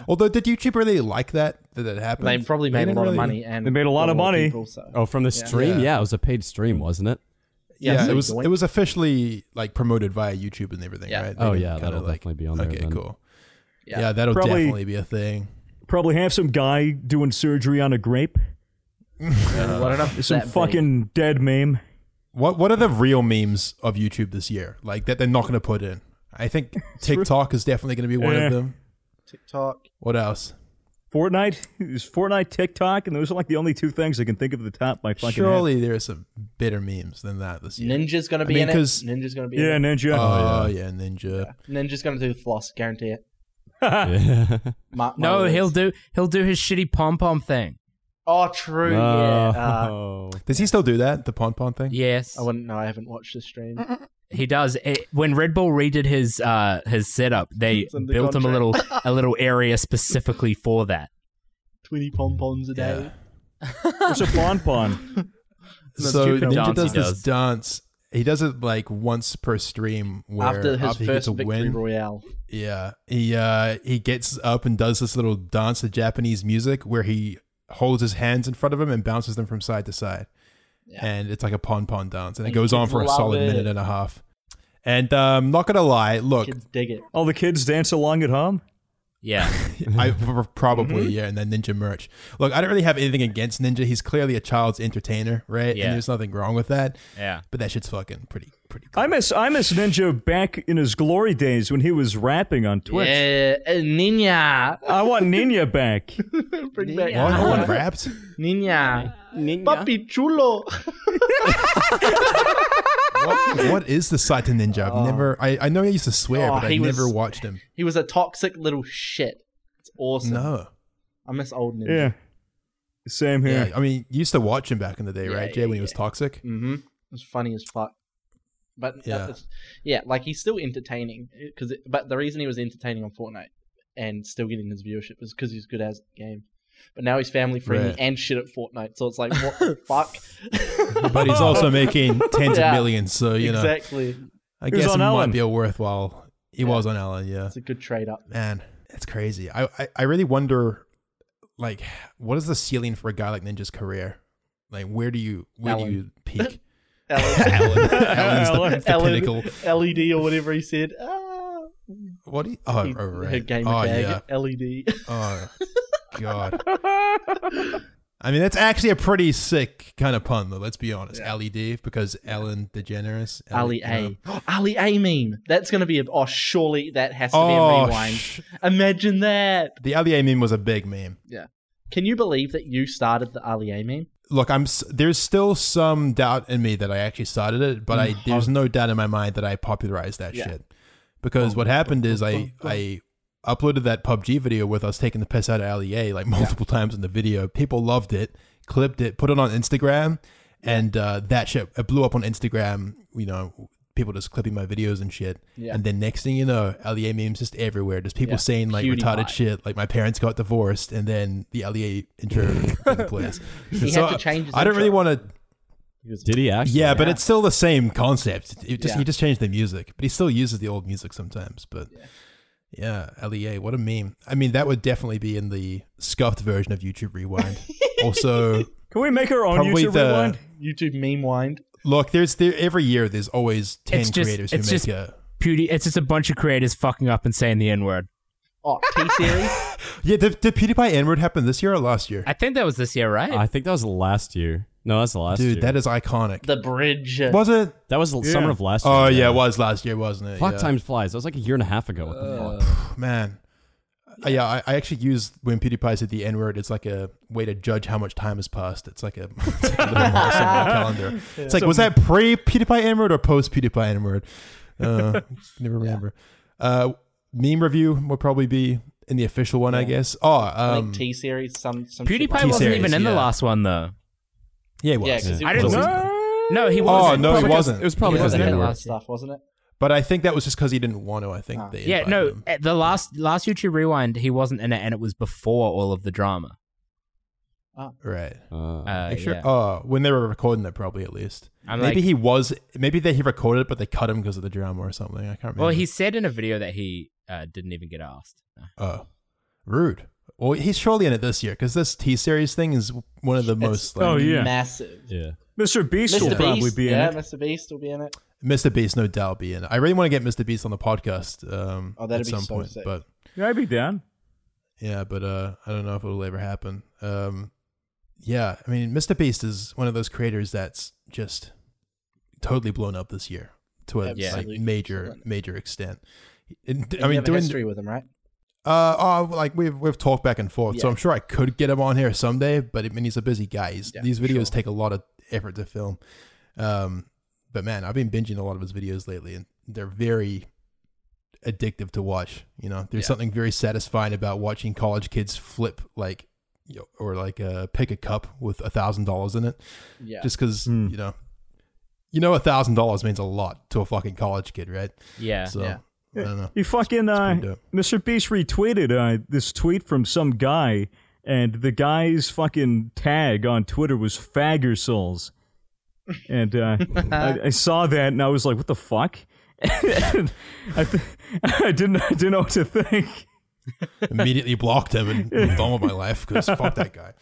Although, did YouTube really like that? That it happened?
They probably made a
didn't
lot of
really-
money, and
They made a lot of money.
People, so.
[laughs] oh, from the stream?
Yeah.
Yeah. it was a paid stream, wasn't it?
Yeah,
so
it was.
doink.
It was officially like promoted via YouTube and everything,
Yeah.
right?
Oh,
They
yeah,
kinda,
that'll definitely be on there
Okay,
then.
cool. Yeah,
Yeah.
that'll
Probably-
definitely be a thing.
Probably have some guy doing surgery on a grape.
What
uh,
enough is
Some
that big?
fucking dead meme.
What What are the real memes of YouTube this year? Like that they're not going to put in. I
[laughs]
think TikTok is definitely going to be one
Yeah.
of them.
TikTok.
What else?
Fortnite is Fortnite, TikTok, and those are like the only two things I can think of at the top. of My fucking eh. head.
Surely there are some better memes than that this year.
Ninja's gonna be
mean,
in it.
'cause-
Ninja's gonna be
yeah,
in
Ninja.
Oh, yeah, Ninja.
it. Ninja's gonna do the floss, guarantee it.
[laughs]
[laughs] Yeah.
Mark my
No,
words.
he'll do he'll do his shitty pom pom thing.
Oh, true. Yeah. Uh,
[laughs]
No.
Does he still do that? The pon pon thing?
Yes,
I wouldn't know. I haven't watched the stream.
he does. It- when Red Bull redid his uh, his setup, they
It's under
built him a
[laughs]
little
contract.
a little area specifically for that.
Twenty pom poms a day.
It's a bonbon.
so
stupid
Ninja
dance
does
he
this
does.
dance. He does it like once per stream. Where
After his
he gets
first
a
victory
win,
royale,
yeah, he uh, he gets up and does this little dance to Japanese music where he holds his hands in front of him and bounces them from side to side, and it's like a pon pon dance, and, it
And
goes on
kids
for a
love
solid
it.
minute and a half. And um, not gonna lie, look,
kids dig it.
All the kids dance along at home.
Yeah,
I [laughs]
Mm-hmm.
probably yeah, and then Ninja merch. Look, I don't really have anything against Ninja. He's clearly a child's entertainer, right?
Yeah.
And there's nothing wrong with that.
yeah.
But that shit's fucking pretty pretty.
I miss I miss Ninja back in his glory days when he was rapping on Twitch.
Yeah,
[laughs]
uh, Ninja.
I want Nina
[laughs]
back.
Bring back
What? No one rapped.
Ninja. Papi chulo.
What, what is the Saita Ninja? I've never. I, I know he used to swear,
Oh,
but I
he was-
never watched him.
He was a toxic little shit. It's awesome.
No.
I miss old Ninja.
Yeah. Same
Yeah.
here.
I mean, you used to watch him back in the day,
Yeah,
right, Jay,
yeah,
when he was
[laughs]
toxic.
Mm-hmm. It's funny as fuck. But
Yeah.
yeah, yeah, like he's still entertaining. Because but the reason he was entertaining on Fortnite and still getting his viewership is because he's good as the game. But now he's family friendly
Right.
and shit at Fortnite, so it's like
[laughs]
what the fuck?
But he's also
[laughs]
making tens
Yeah.
of millions, so you know,
exactly.
I
He was
guess it
on Ellen.
might be a worthwhile. He was on Ellen, yeah.
It's a good trade up.
Man, it's crazy. I, I I really wonder, like, what is the ceiling for a guy like Ninja's career? Like, where do you where
Ellen.
do you peak?
[laughs] LED,
Ellen, Ellen's the,
Ellen.
the
Ellen.
pinnacle.
LED or whatever he said. Ah,
What? Do you, oh, oh,
Her
right.
gamer E
oh, yeah.
tag, LED.
Oh God. I mean, that's actually a pretty sick kind of pun, though. Let's be honest. LED because Ellen DeGeneres.
Ali
you
E A. Ali A meme. That's gonna be a oh surely that has to be a
know. Oh,
rewind.
sh-
Imagine that.
the Ali A meme was a big meme.
Can you believe that you started the Ali A meme?
Look, I'm s- there's still some doubt in me that I actually started it, but I there's no doubt in my mind that I popularized that
Mm. Yeah. Oh,
shit. Because what happened is I I uploaded that PUBG video with us taking the piss out of Ali A like multiple times in the video. People loved it, clipped it, put it on Instagram, and uh, that shit it blew up on Instagram. You know, people just clipping my videos and shit.
Yeah.
And then next thing you know, LEA memes just everywhere. Just people
Yeah.
saying like
PewDiePie.
retarded shit, like my parents got divorced, and then the LEA
[laughs]
intro thing plays.
He
So,
had to change his
I don't really
intro.
want to.
Did he actually?
Yeah, but it's still the same concept. It just
Yeah.
he just changed the music, but he still uses the old music sometimes. But yeah. LEA, what a meme. I mean, that would definitely be in the scuffed version of YouTube Rewind. also,
Can we make our own
Probably
YouTube
the-
rewind?
YouTube meme wind.
look, there's there every year there's always ten
It's just-
creators who make
it's just-
a.
[laughs] Pewdie, it's just a bunch of creators fucking up and saying the n word.
Oh,
[laughs]
T series.
Yeah, did, did PewDiePie N word happen this year or last year?
I think that was this year, right?
I think that was last year. No, that's last year.
Dude, that is iconic.
the bridge.
was it?
that was the summer of last year.
Oh yeah, it was last year, wasn't it?
Fuck
yeah.
time flies. That was like a year and a half ago. What the fuck?
man. Uh, yeah, I, I actually use when PewDiePie said the N word. It's like a way to judge how much time has passed. It's like a, [laughs] it's like a little mark on
[laughs]
my calendar. It's like was that pre PewDiePie N word or post PewDiePie N word?
[laughs]
Uh, never remember. Uh, meme review will probably be in the official one, I guess. Oh, um,
like T series, some some shit
PewDiePie
like
wasn't
T-series,
even in the
yeah.
last one though.
yeah, it was.
Yeah, 'cause it
I
was
didn't
always-
know. No, he
Oh
wasn't.
no, it
Probably-
wasn't.
It was probably
it was
wasn't
the
N-word.
last stuff, wasn't it?
But I think that was just because he didn't want to. I think.
Ah.
they
Yeah,
invited
no.
him.
At the last last YouTube rewind, he wasn't in it, and it was before all of the drama.
Right.
Uh,
Uh,
Make sure.
yeah.
Oh, when they were recording it, probably at least.
I'm
maybe
like-
he was. Maybe that he recorded it, but they cut him because of the drama or something. I can't remember.
Well, he said in a video that he uh, didn't even get asked.
Oh, rude. Well, he's surely in it this year because this T series thing is one of the most. Like,
Oh, yeah.
Massive.
yeah.
Mr. Beast
Mr.
will
Beast,
probably be in
yeah,
it.
Mr. Beast will be in it.
Mr. Beast, no doubt, be in. it. I really want to get Mr. Beast on the podcast. Um,
Oh,
at
that'd be
some
so
point,
sick.
but
Yeah, I'd be down.
yeah, but uh, I don't know if it'll ever happen. Um, yeah, I mean, Mr. Beast is one of those creators that's just totally blown up this year to a like,
Absolutely.
major, major extent. And,
I
I mean,
have a
doing
history with him, right?
Uh, oh, like we've we've talked back and forth, so
Yeah.
I'm sure I could get him on here someday. But I mean, he's a busy guy. He's,
Yeah,
these
for
videos
sure.
take a lot of effort to film. Um, but man, I've been binging a lot of his videos lately, and they're very addictive to watch. You know, there's something very satisfying about watching college kids flip like, you know, or like uh, pick a cup with a thousand dollars in it,
Yeah.
just because you know, you know, a thousand dollars means a lot to a fucking college kid, right?
Yeah.
So
Yeah.
I don't know.
He fucking
pretty
uh,
dope.
Mr. Beast retweeted uh, this tweet from some guy, and the guy's fucking tag on Twitter was "Fagger Souls," and uh,
[laughs]
I, I saw that and I was like, "What the fuck?" [laughs] And I, th- [laughs] I didn't I didn't know what to think.
immediately blocked him
[laughs]
and moved on with my life because fuck that guy.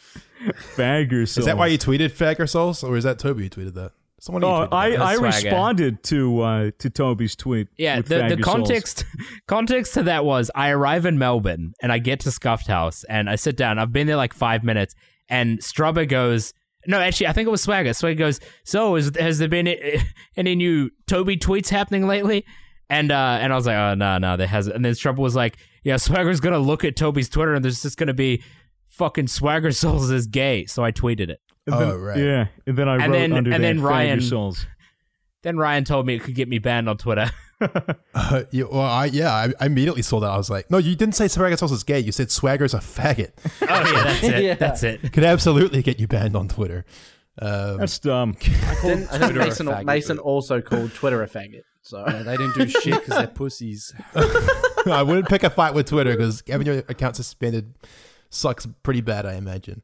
Fagger Souls.
Is that why you tweeted Fagger Souls or is that Toby who tweeted that? Someone who
Oh,
tweeted
I,
that.
I
That's swagger.
responded to uh, to Toby's tweet.
Yeah,
with
the, the
Fagger Souls.
context [laughs] context to that was I arrive in Melbourne and I get to Scuffed House and I sit down. I've been there like five minutes and Strubber goes, no, actually, I think it was Swagger. Swagger goes, so is, has there been a- [laughs] any new Toby tweets happening lately? And uh, and I was like, oh no, no, there hasn't. And then Strubber was like, yeah, Swagger's gonna look at Toby's Twitter and there's just gonna be fucking Swagger Souls is gay. So I tweeted it.
And
Oh, right.
Yeah, and then I
And
wrote
then-
under
and
that,
then
"Fagger
Ryan-
Souls.
Then Ryan told me it could get me banned on Twitter.
Uh, you- well, I, yeah, I, I immediately saw that. I was like, no, you didn't say Fagger Souls is gay. You said Swagger's a faggot.
oh yeah, [laughs] that's it.
Yeah.
That's it.
Could absolutely get you banned on Twitter. Um,
That's dumb.
Then- I think
Twitter a
Mason,
faggot,
Mason
but-
also called Twitter a faggot. So
Yeah, they didn't do shit because
[laughs]
they're pussies.
I wouldn't pick a fight with Twitter because having your account suspended sucks pretty bad, I imagine.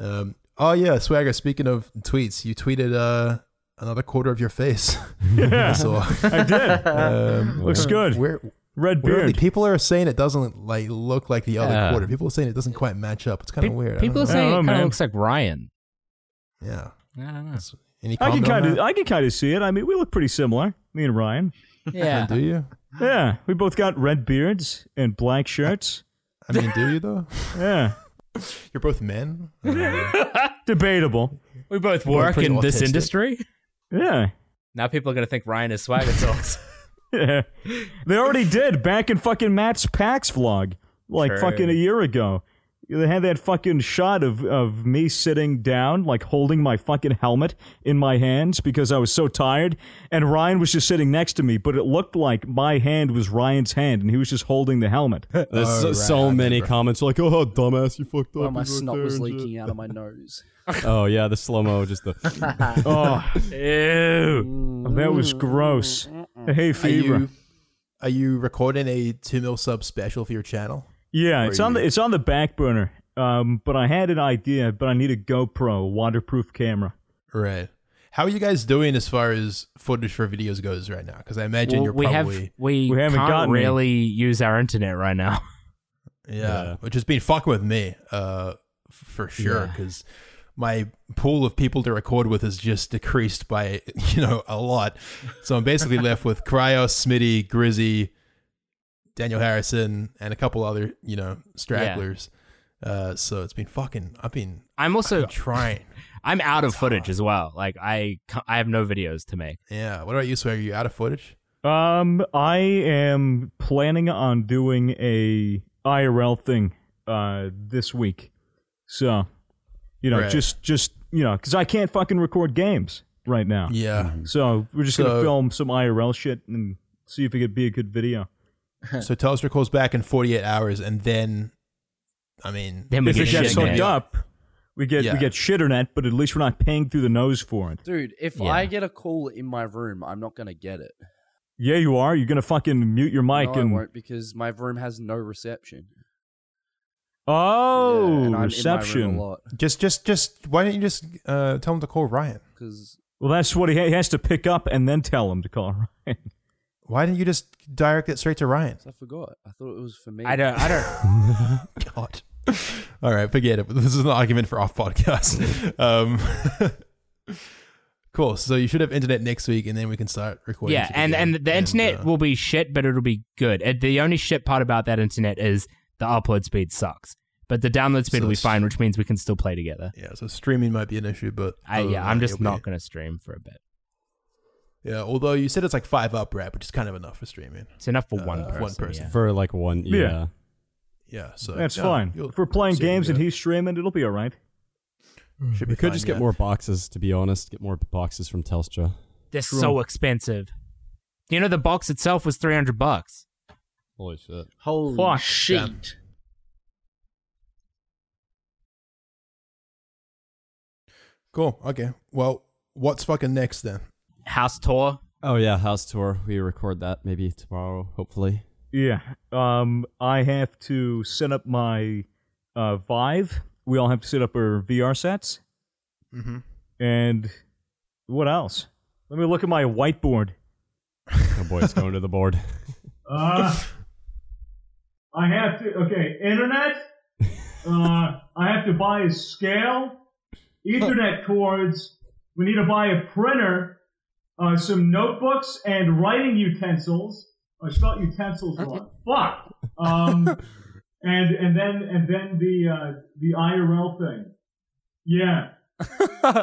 Um, oh yeah, Swagger. Speaking of tweets, you tweeted uh, another quarter of your
[laughs]
face. I saw.
I did.
Um,
Looks good.
Where,
Red
weirdly,
beard.
people are saying it doesn't like look like the other
Yeah.
quarter. People are saying it doesn't quite match up. It's kind of
Pe-
weird. I
People are
don't
I
saying
don't know,
it kind of
man.
looks like Ryan.
know. yeah.
I don't know.
Any
I can
comment on
kind of
that?
I can kind of see it. I mean, we look pretty similar, me and Ryan.
Yeah.
Do you?
Yeah, we both got red beards and black shirts.
I mean, do you
[laughs]
though?
Yeah,
You're both men.
debatable.
We both
We're
work
pretty
in this
autistic.
industry.
Yeah.
Now people are going to think Ryan is swagger sauce.
yeah, they already did back in fucking Matt's PAX vlog, like
True.
fucking a year ago. They had that fucking shot of, of me sitting down, like holding my fucking helmet in my hands because I was so tired. And Ryan was just sitting next to me, but it looked like my hand was Ryan's hand and he was just holding the helmet.
There's so,
Oh, right,
so
I
many
remember.
comments like, "Oh, how dumbass, you fucked up."
Well, my
you wrote
snot
there
was
and shit."
leaking out of my nose.
Oh yeah, the slow mo, just the.
[laughs]
oh,
Ew.
that was gross. Hey,
Are
fever.
you? Are you recording a two mil sub special for your channel?
Yeah, it's on the it's on the back burner. Um, but I had an idea, but I need a GoPro, a waterproof camera.
Right. How are you guys doing as far as footage for videos goes right now? Because I [laughs] imagine you're
we have
probably
we,
We haven't
can't
gotten any.
really use our internet right now.
yeah,
Yeah.
which has been fucking with me uh, f- for sure.
Yeah.
Because my pool of people to record with has just decreased by [laughs] you know a lot, so I'm [laughs] basically left with Cryos, Smitty, Grizzy, Daniel Harrison, and a couple other you know stragglers. Uh, so it's been fucking. I've been
[laughs] I'm also
trying.
I'm out of footage as well. Like I ca- I have no videos to make.
yeah. What about you? So are you out of footage?
Um, I am planning on doing a IRL thing uh, this week. So, you know,
Right.
just just you know, because I can't fucking record games right now.
Yeah.
So we're just gonna
So-
film some IRL shit and see if it could be a good video.
So Telstra calls back in 48 hours, and then, I mean,
Then we
if
get
it gets
shit
hooked
net.
up, we get
Yeah.
we get shitternet, but at least we're not paying through the nose for it.
Dude, if
Yeah.
I get a call in my room, I'm not gonna get it.
Yeah, you are. You're gonna fucking mute your mic
no, I
and
won't because my room has no reception.
oh
yeah, and I'm in my room a
reception.
lot
just, just, just, why don't you just uh, tell them to call Ryan?
because
Well, that's what he, ha- he has to pick up and then tell him to call. [laughs] Ryan.
Why didn't you just direct it straight to Ryan?
I forgot. I thought it was for me.
I don't. I
[laughs]
don't.
God. [laughs] All right, forget it. This is an argument for off
[laughs]
podcast. um, [laughs] cool. So you should have internet next week, and then we can start recording.
yeah,
shit
and
again.
and the internet
uh,
will be shit, but it'll be good. Uh, the only shit part about that internet is the upload speed sucks, but the download speed
So
will be
it's-
fine, which means we can still play together.
yeah, so streaming might be an issue, but
I,
other
yeah,
than
I'm
that,
just
it'll
not
be-
gonna stream for a bit.
Yeah, although you said it's like five up rap, which is kind of enough for streaming.
It's enough for
Uh,
one
one
person.
person.
yeah.
for like one.
Yeah.
Yeah.
Yeah, so
That's
yeah,
fine.
you'll-
If we're playing
so you can
games and
do
he's streaming, it'll be all right.
it. should be
We could
fine,
just get
yeah.
more boxes, to be honest. Get more boxes from Telstra.
They're so expensive. You know, the box itself was three hundred bucks.
Holy shit.
Holy
Fuck,
shit.
yeah. Cool. Okay. Well, what's fucking next then?
House tour.
Oh yeah, house tour. We record that maybe tomorrow, hopefully.
Yeah. Um, I have to set up my uh, Vive. We all have to set up our VR sets.
Mm-hmm.
And what else? Let me look at my whiteboard.
Oh
[laughs]
boy, it's going to the board.
Uh, I have to. Okay, internet. Uh, I have to buy a scale, Ethernet cords. We need to buy a printer, uh, some notebooks, and writing utensils. I spelled utensils wrong. Fuck. Um, and and then and then the uh, the IRL thing. Yeah.
[laughs]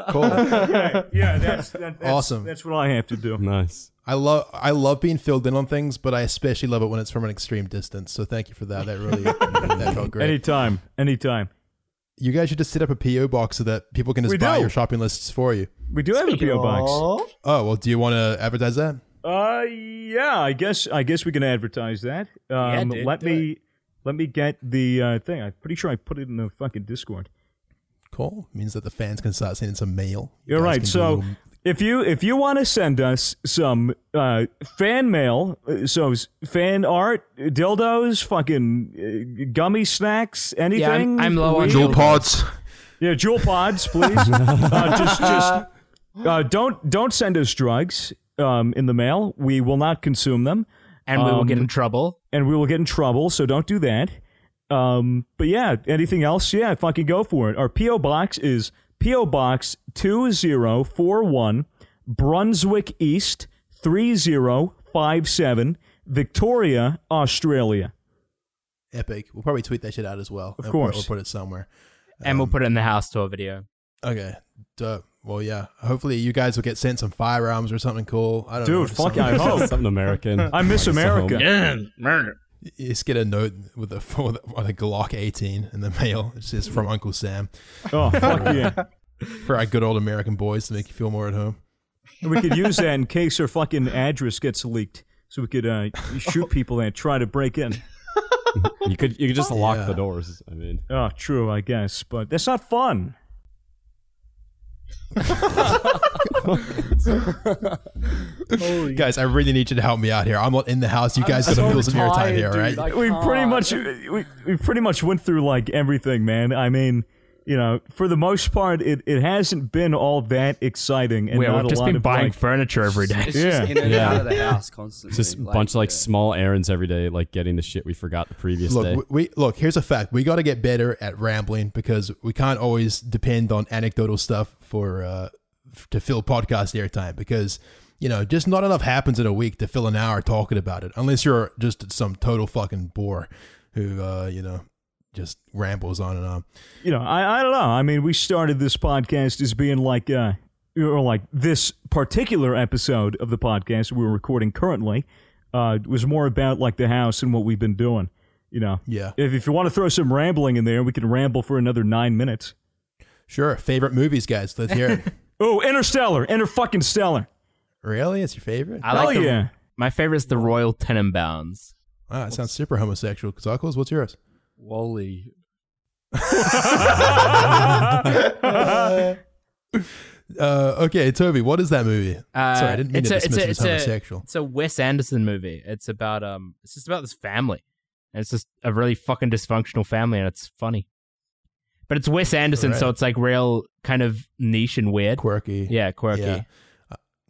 Cool.
Okay. Yeah. That's, that, that's
Awesome.
That's what I have to do.
nice.
I love I love being filled in on things, but I especially love it when it's from an extreme distance. So thank you for that. That [laughs] really that felt great.
Anytime. Anytime.
you guys should just set up a PO box so that people can
We
just buy
do.
your shopping lists for you.
We do have a PO box.
Oh well, do you want to advertise that?
Uh, yeah, I guess I guess we can advertise that. Um,
dude,
let
do
me let me get the uh, thing. I'm pretty sure I put it in the fucking Discord.
Cool. Means that the fans can start sending some mail. You
All
guys
right,
can do
so
little-
if you if you want to send us some uh, fan mail, uh, so s- fan art, dildos, fucking uh, gummy snacks, anything.
Yeah, I'm, I'm low on
we-
dildos.
pods.
Yeah, jewel pods,
[laughs]
please. uh, just, just uh, don't don't send us drugs um, in the mail. We will not consume them.
and we will get
Um,
in trouble.
and we will get in trouble. So don't do that. Um, but yeah, anything else? Yeah, fucking go for it. Our PO box is PO Box two zero four one, Brunswick East three zero five seven, Victoria, Australia.
Epic. We'll probably tweet that shit out as well.
Of
And
course.
Put, we'll put it somewhere.
and
um,
we'll put it in the house tour video.
Okay. Duh. Well, yeah. Hopefully, you guys will get sent some firearms or something cool. I don't know.
Dude,
just
fuck,
something-
I hope.
[laughs] Something American.
I miss
Like, so-
America.
Yeah, murder.
[laughs] You just get a note with a [laughs] with a- with a Glock 18 in the mail. It says from Uncle Sam
Oh fuck yeah!
for our good old American boys to make you feel more at home.
And we could use that in case her fucking address gets leaked, so we could uh, shoot people and try to break in.
You could you could just lock
Yeah.
the doors. I mean,
Oh, true, I guess, but that's not fun.
Guys, I really need you to help me out here. I'm not in the house. You guys got to fill some air time here, all right?
[laughs] we pretty much we, we pretty much went through like everything, man. I mean, you know, for the most part, it, it hasn't been all that exciting, and
Well,
not
we've
a
just
lot
been
of,
buying
like-
furniture every day.
[laughs]
It's just
Yeah.
in and
Yeah.
out of the house constantly.
just a bunch of like
yeah.
small errands every day, like getting the shit we forgot the previous day.
Look, we, we look. Here's a fact: we got to get better at rambling because we can't always depend on anecdotal stuff for uh, f- to fill podcast airtime. Because you know, just not enough happens in a week to fill an hour talking about it, unless you're just some total fucking bore who uh, you know just rambles on and on.
you know, I I don't know. I mean, we started this podcast as being like uh or like this particular episode of the podcast we're recording currently uh was more about like the house and what we've been doing. You know,
Yeah.
if, if you want to throw some rambling in there, we can ramble for another nine minutes.
Sure. Favorite movies, guys. Let's hear
[laughs]
it.
Oh, Interstellar, Inter fucking Stellar.
really? It's your favorite?
I
Hell
like the,
yeah.
My favorite is the Royal Tenenbaums.
Wow, that sounds super homosexual. Kazakos, what's yours?
Wally.
Uh, okay, Toby, what is that movie?
Uh,
Sorry, I didn't mean
it's
to
a-
dismiss
it's a-
it as
it's a-
homosexual.
It's a Wes Anderson movie. It's about um, it's just about this family, and it's just a really fucking dysfunctional family, and it's funny. But it's Wes Anderson, so
Right.
it's like real kind of niche and weird.
Quirky.
Yeah, quirky.
Yeah.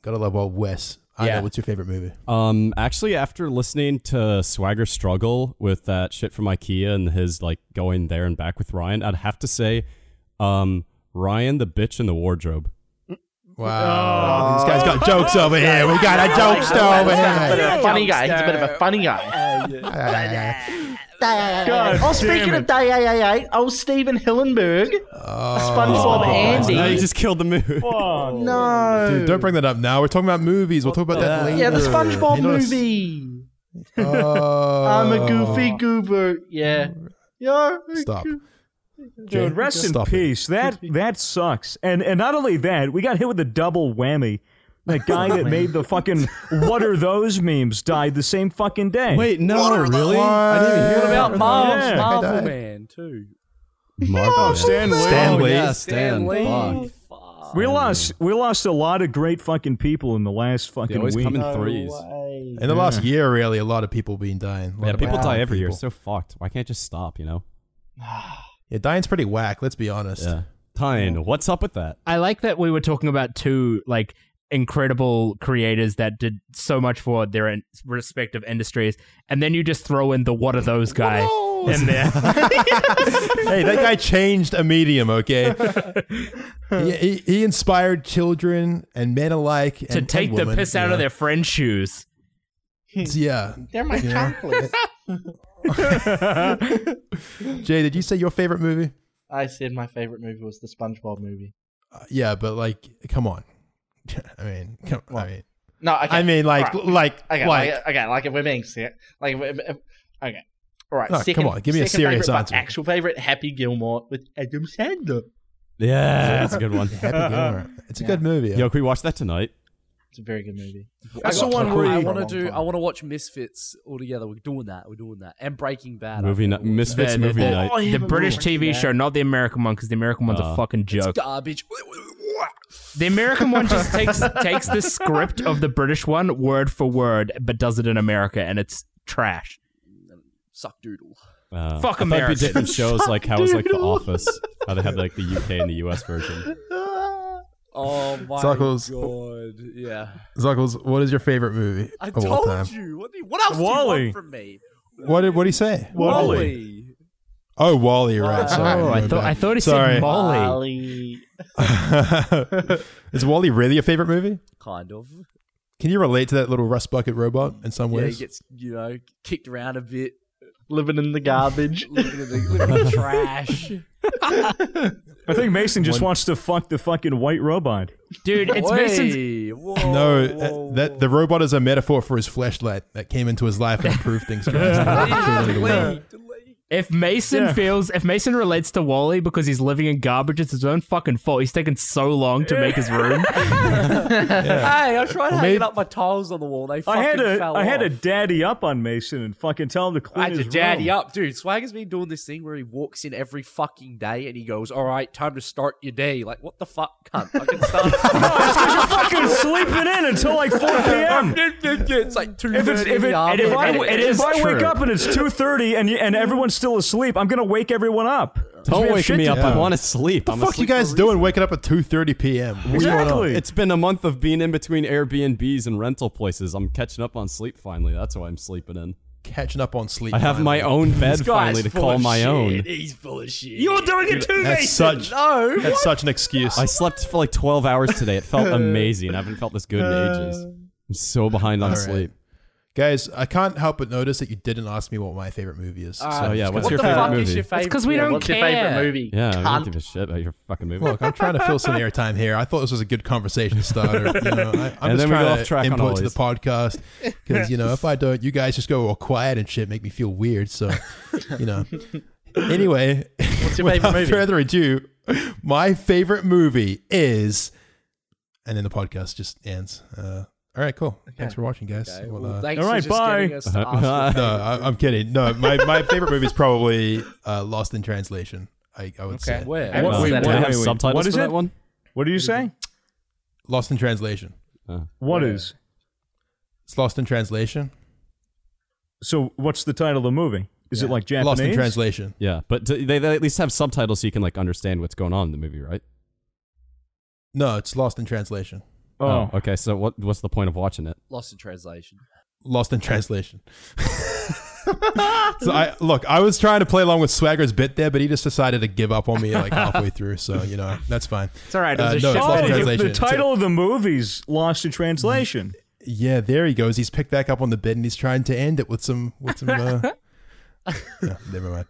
Gotta love old Wes. I
Yeah.
know. What's your favorite movie?
Um, actually, after listening to Swagger struggle with that shit from IKEA and his like going there and back with Ryan, I'd have to say, um, Ryan the bitch in the wardrobe.
Wow. These guys got jokes over here. We got a
Oh
jokester over
But
here.
a funny guy. He's a bit of a funny guy.
God
oh,
damn
speaking of
it.
day, oh, Steven Hillenberg, SpongeBob Andy.
Now you just killed the mood.
Fuck.
no,
Dude, don't bring that up now. We're talking about movies. We'll talk about that later.
yeah, the SpongeBob
You know, it's-
movie. [laughs]
Oh.
I'm a goofy goober. Yeah, yeah.
Stop.
Dude, rest in
Stop it.
peace. That that sucks. And and not only that, we got hit with a double whammy. That
[laughs]
guy that made the fucking what are those memes died the same fucking day.
[laughs] Wait, no, really?
I didn't
What about Marvel?
Yeah.
I
Marvel
died.
Man too.
Marvel.
Stan Lee.
Stan Lee.
Oh, Yeah,
Stan
Stan.
Lee.
Fuck.
Fuck.
Oh,
We lost we lost a lot of great fucking people in the last
They
fucking
always
week.
come in threes.
In the last year, really, a lot of people been dying. A lot
Yeah,
of
people
bad
die every year.
people.
So fucked. Why can't it just stop? You know?
yeah, dying's pretty whack. Let's be honest.
Yeah. Tyne, what's up with that?
I like that we were talking about two like incredible creators that did so much for their in- respective industries, and then you just throw in the what are those guy in there.
[laughs] hey, that guy changed a medium.
[laughs]
Okay, he, he, he inspired children and men alike
to
and-
take
and
the
women,
piss
you
out
know.
of their friend's shoes.
Yeah,
They're my chocolates.
Jay, did you say your favorite movie?
I said my favorite movie was the SpongeBob movie.
Uh, yeah, but like, come on. [laughs] I mean, come, I mean,
No, okay.
I mean, like,
Alright.
like,
okay,
like,
like, okay, like if we're being serious, like, if, if, okay, all right.
No, come
second-
on, give me a
second
serious
favorite, but
answer.
Actual favorite, Happy Gilmore with Adam Sandler.
Yeah, that's a good
[laughs]
one.
Happy Gilmore. It's a good movie.
[laughs] Yo, can we watch that tonight?
It's a very good movie.
That's
I
the
got
one
hooked
where
on
I
it for a
want to
long
do.
time.
I want to watch Misfits all together. We're doing that. We're doing that. And Breaking Bad.
Movie
I
night,
think we'll watch
Misfits
The- the-
movie
the-
night.
The British
that.
TV show, not the American one, because the American one's
Uh,
a fucking joke.
Garbage. [laughs]
The American
[laughs]
one just takes takes the script of the British one word for word, but does it in America, and it's trash.
Suck doodle.
Uh, I thought
Fuck
it'd be
America.
different shows like how was like The Office, how they had like the UK and the US version.
Oh my
Suckles.
god. Yeah.
Zuckles, what is your favorite movie
I
of all time?
told you. What, do you- what else do you
Wally.
want from me?
What did what did he say?
Wally.
Oh, Wally, right? Sorry,
Oh, I
my
thought I
bad.
thought he
Sorry.
said Molly.
Molly.
[laughs] is Wally really your favorite movie?
Kind of.
Can you relate to that little rust bucket robot in some
Yeah, he
ways?
gets you know kicked around a bit,
living in
[laughs]
the garbage.
living in the, living in the trash.
I think Mason just wants to fuck the fucking white robot.
Dude, it's Mason's
Oi, whoa,
no,
whoa,
that, that the robot is a metaphor for his fleshlight that came into his life and improved things.
[laughs] whoa.
drastically.
Delete, delete.
If Mason
Yeah.
feels, if Mason relates to Wally because he's living in garbage, it's his own fucking fault. He's taken so long to make his room.
Hey, I tried hanging
maybe-
up my tiles on the wall. They fucking
I had a
fell
I had a
off.
daddy up on Mason and fucking tell him to clean
I had to
his
daddy
room.
up, dude. Swagger's been doing this thing where he walks in every fucking day and he goes, "All right, time to start your day." Like, what the fuck, cunt? I can start.
That's [laughs] 'cause you're fucking sleeping in until like 4
[laughs]
p.m.
it's like two
If it's
thirty
if it,
in
and
the
if I,
afternoon.
it
if
is
I wake
true.
up and it's two thirty and you, and everyone's still asleep, I'm gonna wake everyone up. 'Cause we
Don't
have
wake
shit
me
to
up.
do.
I want to sleep.
What
I'm
the fuck you
asleep
guys doing waking up at 2.30 p.m? What's going on?
Exactly.
It's been a month of being in between Airbnbs and rental places. I'm catching up on sleep finally. That's why I'm sleeping in.
Catching up on sleep.
I have my
finally.
own bed
This guy's
finally to
full
call
of
my
shit.
own.
He's full of shit.
doing it too,
That's such,
no.
that's such an excuse.
I slept for like
[laughs]
12 hours today. It felt amazing. I haven't felt this good in ages. I'm so behind on
All right.
sleep.
Guys, I can't help but notice that you didn't ask me what my favorite movie is.
Ah,
So, yeah,
it's
what's
good.
your
the
favorite
fuck
movie?
is your
It's
favorite?
because we don't
What's
care.
your favorite movie?
Yeah, I
Cunt.
don't give a shit about your fucking movie.
Look, I'm trying to fill some airtime here. I thought this was a good conversation starter. You know, I, I'm
And
just
then we
trying
go off
to
track on
input
all
to the
these.
podcast because you know if I don't, you guys just go all quiet and shit, make me feel weird. So, you
[laughs]
know. Anyway,
What's your
without [laughs]
favorite movie?
further ado, my favorite movie is, and then the podcast just ends. Uh, all right, cool. Thanks for watching, guys.
Okay,
Well,
well,
uh,
thanks
All right,
for just getting
bye.
us to ask
[laughs]
your
no,
favorite
I, I'm kidding. No, my, my favorite movie is probably uh, Lost in Translation. I, I would
Okay.
say
Where?
I
Well,
Wait,
do
wait,
they have
wait, wait.
subtitles
What is
for
it?
that one?
What do you say?
Lost in Translation.
What is?
It's Lost in Translation.
So what's the title of the movie? Is it like Japanese?
Lost in translation.
Yeah, but do they, they at least have subtitles so you can like understand what's going on in the movie, right?
No, it's lost in translation.
Oh,
okay. So what what's the point of watching it?
Lost in translation.
Lost in translation. so I look, I was trying to play along with Swagger's bit there, but he just decided to give up on me like halfway through. So you know that's fine.
It's all right. It
Uh,
was a
no,
shit
it's lost
Oh,
in
the-
movie.
translation.
the title of the movie's Lost in Translation.
Yeah, there he goes. He's picked back up on the bit and he's trying to end it with some with some. Uh, no, never mind.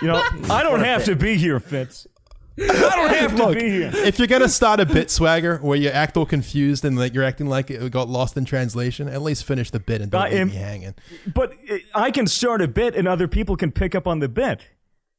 You know, I don't have to be here, Fitz. I don't have to be here.
If you're gonna start a bit, Swagger, where you act all confused and like you're acting like it got lost in translation, at least finish the bit and don't
I
leave
am-
me hanging.
But uh, I can start a bit, and other people can pick up on the bit.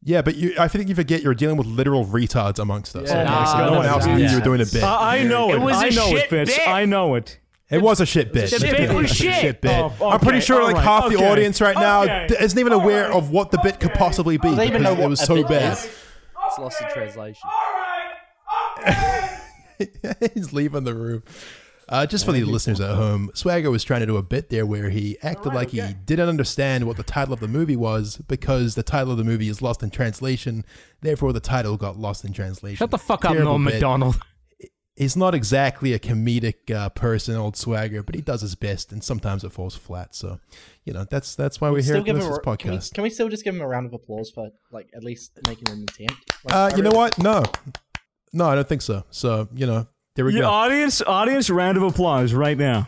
Yeah, but you, I think you forget you're dealing with literal retards amongst us.
Yeah.
okay? So
Ah,
no one else knew you were
yeah.
doing a bit.
I, I know it.
It was
I
a
know it,
shit
Fitz.
bit.
I know it.
It was a shit bit.
shit bit.
Let's
It was
be honest,
shit.
bit.
Oh,
I'm pretty
okay,
sure like
alright,
half the
okay,
audience right now
okay,
d- isn't even aware
alright,
of what the bit could possibly be
They even
because
know
it
what
was
a
so
bit
bad.
It's lost in translation.
[laughs] He's leaving the room. Uh, just for the listeners at home, Swagger was trying to do a bit there where he acted like he didn't understand what the title of the movie was because the title of the movie is lost in translation. Therefore, the title got lost in translation.
Shut the fuck up,
Terrible
Norm
bit.
McDonald.
he's not exactly a comedic uh, person, old Swagger, but he does his best, and sometimes it falls flat. So, you know, that's that's why we're here
Still
at
give
this,
him a,
this
podcast. Can we,
podcast.
can we still just give him a round of applause for like at least making an attempt? Like,
uh,
I
you know
really-
what? No, no, I don't think so. So, you know, there we
Your
go.
audience, audience, round of applause right now.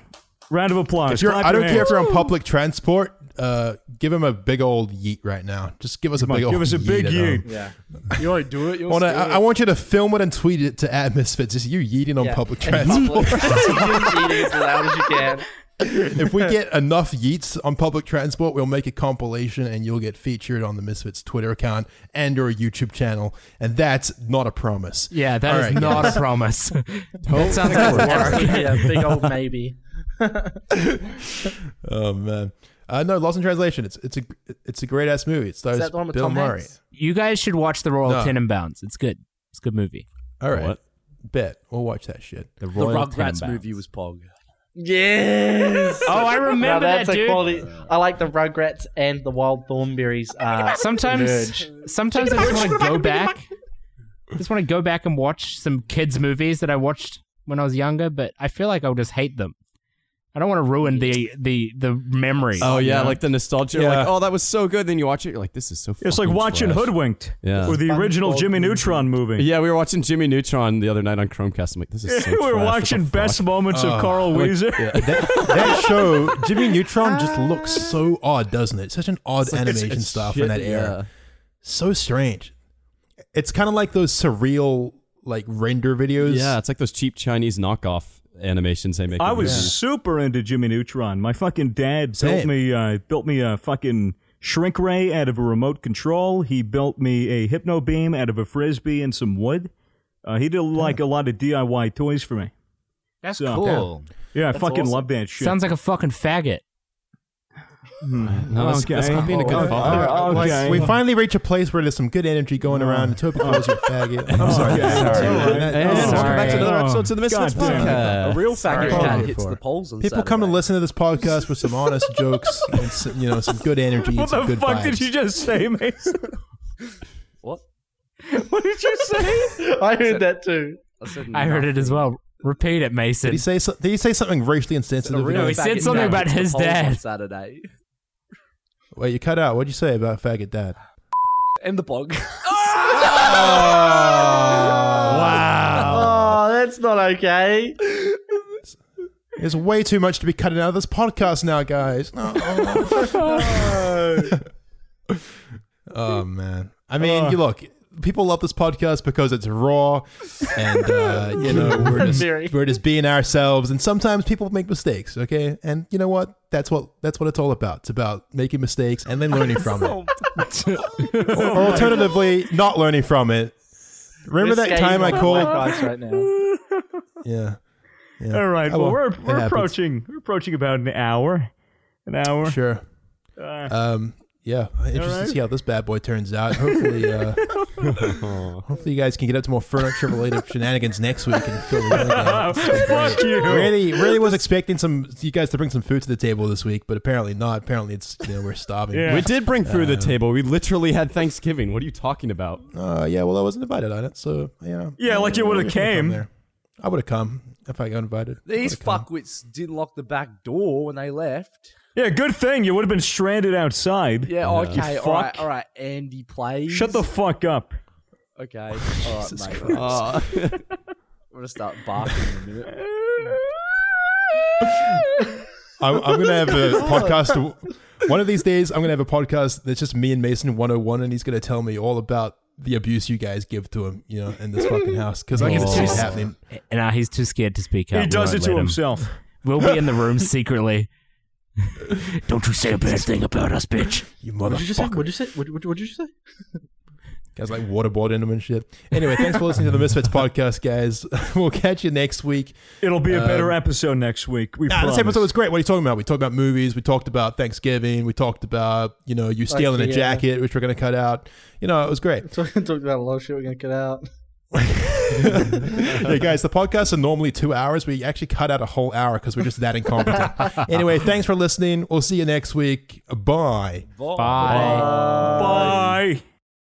Round of applause.
If you're,
Clap
I
your
don't care if
hands.
you're on public transport. Uh, give him a big old yeet right now. Just give us
Come
a
on,
big old
give us a
yeet
big
at home.
yeet.
Yeah.
You won't do it. You'll
I, wanna- I- I want you to film it and tweet it to at Misfits. Just you yeeting on
yeah.
public
[laughs] In
transport. [laughs]
public. You eat it [laughs] as loud as you can.
if we get enough yeets on public transport, we'll make a compilation and you'll get featured on the Misfits Twitter account and or YouTube channel. And that's not a promise.
[laughs] Yeah, that
All
is
right,
not a promise. [laughs] that sounds like work.
yeah, big old maybe.
Oh man. Uh, no, Lost in Translation. It's it's a it's a great ass movie. It stars
Is that the one with
Bill
Tom
Murray.
Hanks?
You guys should watch The Royal
No.
Tenenbaums. It's good. It's a good movie.
All right,
What?
bet we'll watch that shit.
The
The
Royal
Rugrats
Tenenbaums.
movie was Pog.
Yes.
Oh, I
Now
remember
that's
that,
a
dude.
quality. I like the Rugrats and the Wild Thornberries. Uh,
Sometimes,
merge.
sometimes I just want to go back. Just want to go back and watch some kids' movies that I watched when I was younger, but I feel like I'll just hate them. I don't want to ruin the the the memory.
Oh yeah, like the nostalgia.
Yeah.
Like oh, that was so good. Then you watch it, you're like, this is so.
It's like
fucking
watching
trash.
Hoodwinked
Yeah.
or the original Jimmy Neutron movie.
Yeah, we were watching Jimmy Neutron the other night on Chromecast. I'm like, this is. So
[laughs]
trash.
we were
What the
watching
fuck?
best moments
Uh,
of Carl Weezer.
That, that
[laughs]
show, Jimmy Neutron, just looks so odd, doesn't it? Such an odd animation
Ah. It's
style
shit,
from that era.
yeah.
So strange. It's kind of like those surreal like render videos.
Yeah, it's like those cheap Chinese knockoff animations they make.
[laughs] I
in
was
movies.
super into Jimmy Neutron. My fucking dad built
Same.
me uh, built me a fucking shrink ray out of a remote control. He built me a hypno beam out of a frisbee and some wood. Uh, he did like a lot of DIY toys for me.
That's
so-
cool.
Yeah, I fucking love that shit.
Sounds like a fucking faggot.
No, that's, that's
Okay.
not being a
Oh,
good father.
oh, oh,
Okay. Oh.
like, we finally reach a place where there's some good energy going around. And Toby calls you a
[laughs]
faggot. I'm sorry.
Okay.
guys.
Sorry.
It's all right.
And
It's all
welcome back to
Sorry.
another episode to the
God
Misfits
damn it.
Podcast.
A real faggot
Sorry.
cat hits
Before.
the polls on
People come to
Saturday.
listen to this podcast for some honest jokes and some, you know some good energy and
what
some
the
good
fuck
vibes.
did you just
[laughs]
say, Mason?
What?
what did
[laughs]
you say?
I heard that too.
I, said
I heard it as well. Repeat it, Mason.
Did he say? So, did he say something racially insensitive?
No, he
Wait,
said something about his
On
dad.
Saturday.
you cut out. What'd you say about faggot dad?
[laughs] And the bog.
wow.
Um, Oh, that's not okay.
There's way too much to be cutting out of this podcast now,
[laughs]
guys. No. oh man. I mean, you look. People love this podcast because it's raw, and
[laughs]
uh, you know we're
Very.
just, we're just being ourselves. And sometimes people make mistakes, okay? And you know what? That's what that's what it's all about. It's about making mistakes and then learning from it. or,
[laughs]
or alternatively, not learning from it. Remember
This
that
game
Oh
time I
is on
called?
my price right now.
Yeah. Yeah.
All right.
Oh,
Well, we're,
it
we're
happens.
approaching we're approaching about an hour. An hour.
[laughs] Sure.
Uh,
Um, yeah, interested
right.
to see how this bad boy turns out. Hopefully,
[laughs]
uh, hopefully you guys can get up to more furniture
[laughs]
related shenanigans next week. And fill the other guy.
fuck you.
really, really was expecting some you guys to bring some food to the table this week, but apparently not. Apparently, it's you know we're starving.
Yeah.
We did bring food to the table. We literally had Thanksgiving. What are you talking about?
Uh, yeah. Well, I wasn't invited on it, so you know.
Yeah, like you
I
would've
guess I'll come
came.
there. I would have come if I got invited. I
[laughs] These
would've come.
fuckwits didn't lock the back door when they left.
Yeah, good thing you would have been stranded outside.
Yeah, okay,
You
all right,
fuck.
all right, Andy, plays.
Shut the fuck up.
Okay, all right, mate. all right. [laughs] I'm gonna start barking in a minute.
I'm, I'm gonna have a podcast. One of these days, I'm gonna have a podcast that's just me and Mason 101, and he's gonna tell me all about the abuse you guys give to him, you know, in this fucking house. Because I can see it
Oh.
happening.
And uh, he's too scared to speak up.
he
We
does
won't
it to
let him.
himself.
We'll be in the
[laughs]
room secretly. Don't you say a bad thing about us, bitch.
You
What did you say?
motherfucker!
What did you say? What did you [laughs] say?
Guys like waterboarding him and shit. Anyway, thanks for listening to the Misfits podcast, guys. [laughs] We'll catch you next week.
It'll be a better
Um,
episode next week. We
Nah,
promise.
this episode was great. What are you talking about? We talked about movies. We talked about Thanksgiving. We talked about you know you stealing
yeah.
a jacket, which we're gonna cut out. You know, it was great.
Talked about a lot of shit we're gonna cut out.
[laughs] yeah, guys, the podcasts are normally two hours. We actually cut out a whole hour because we're just that incompetent. anyway,
Uh,
thanks for listening. We'll see you next week. Bye.
Bye.
Bye.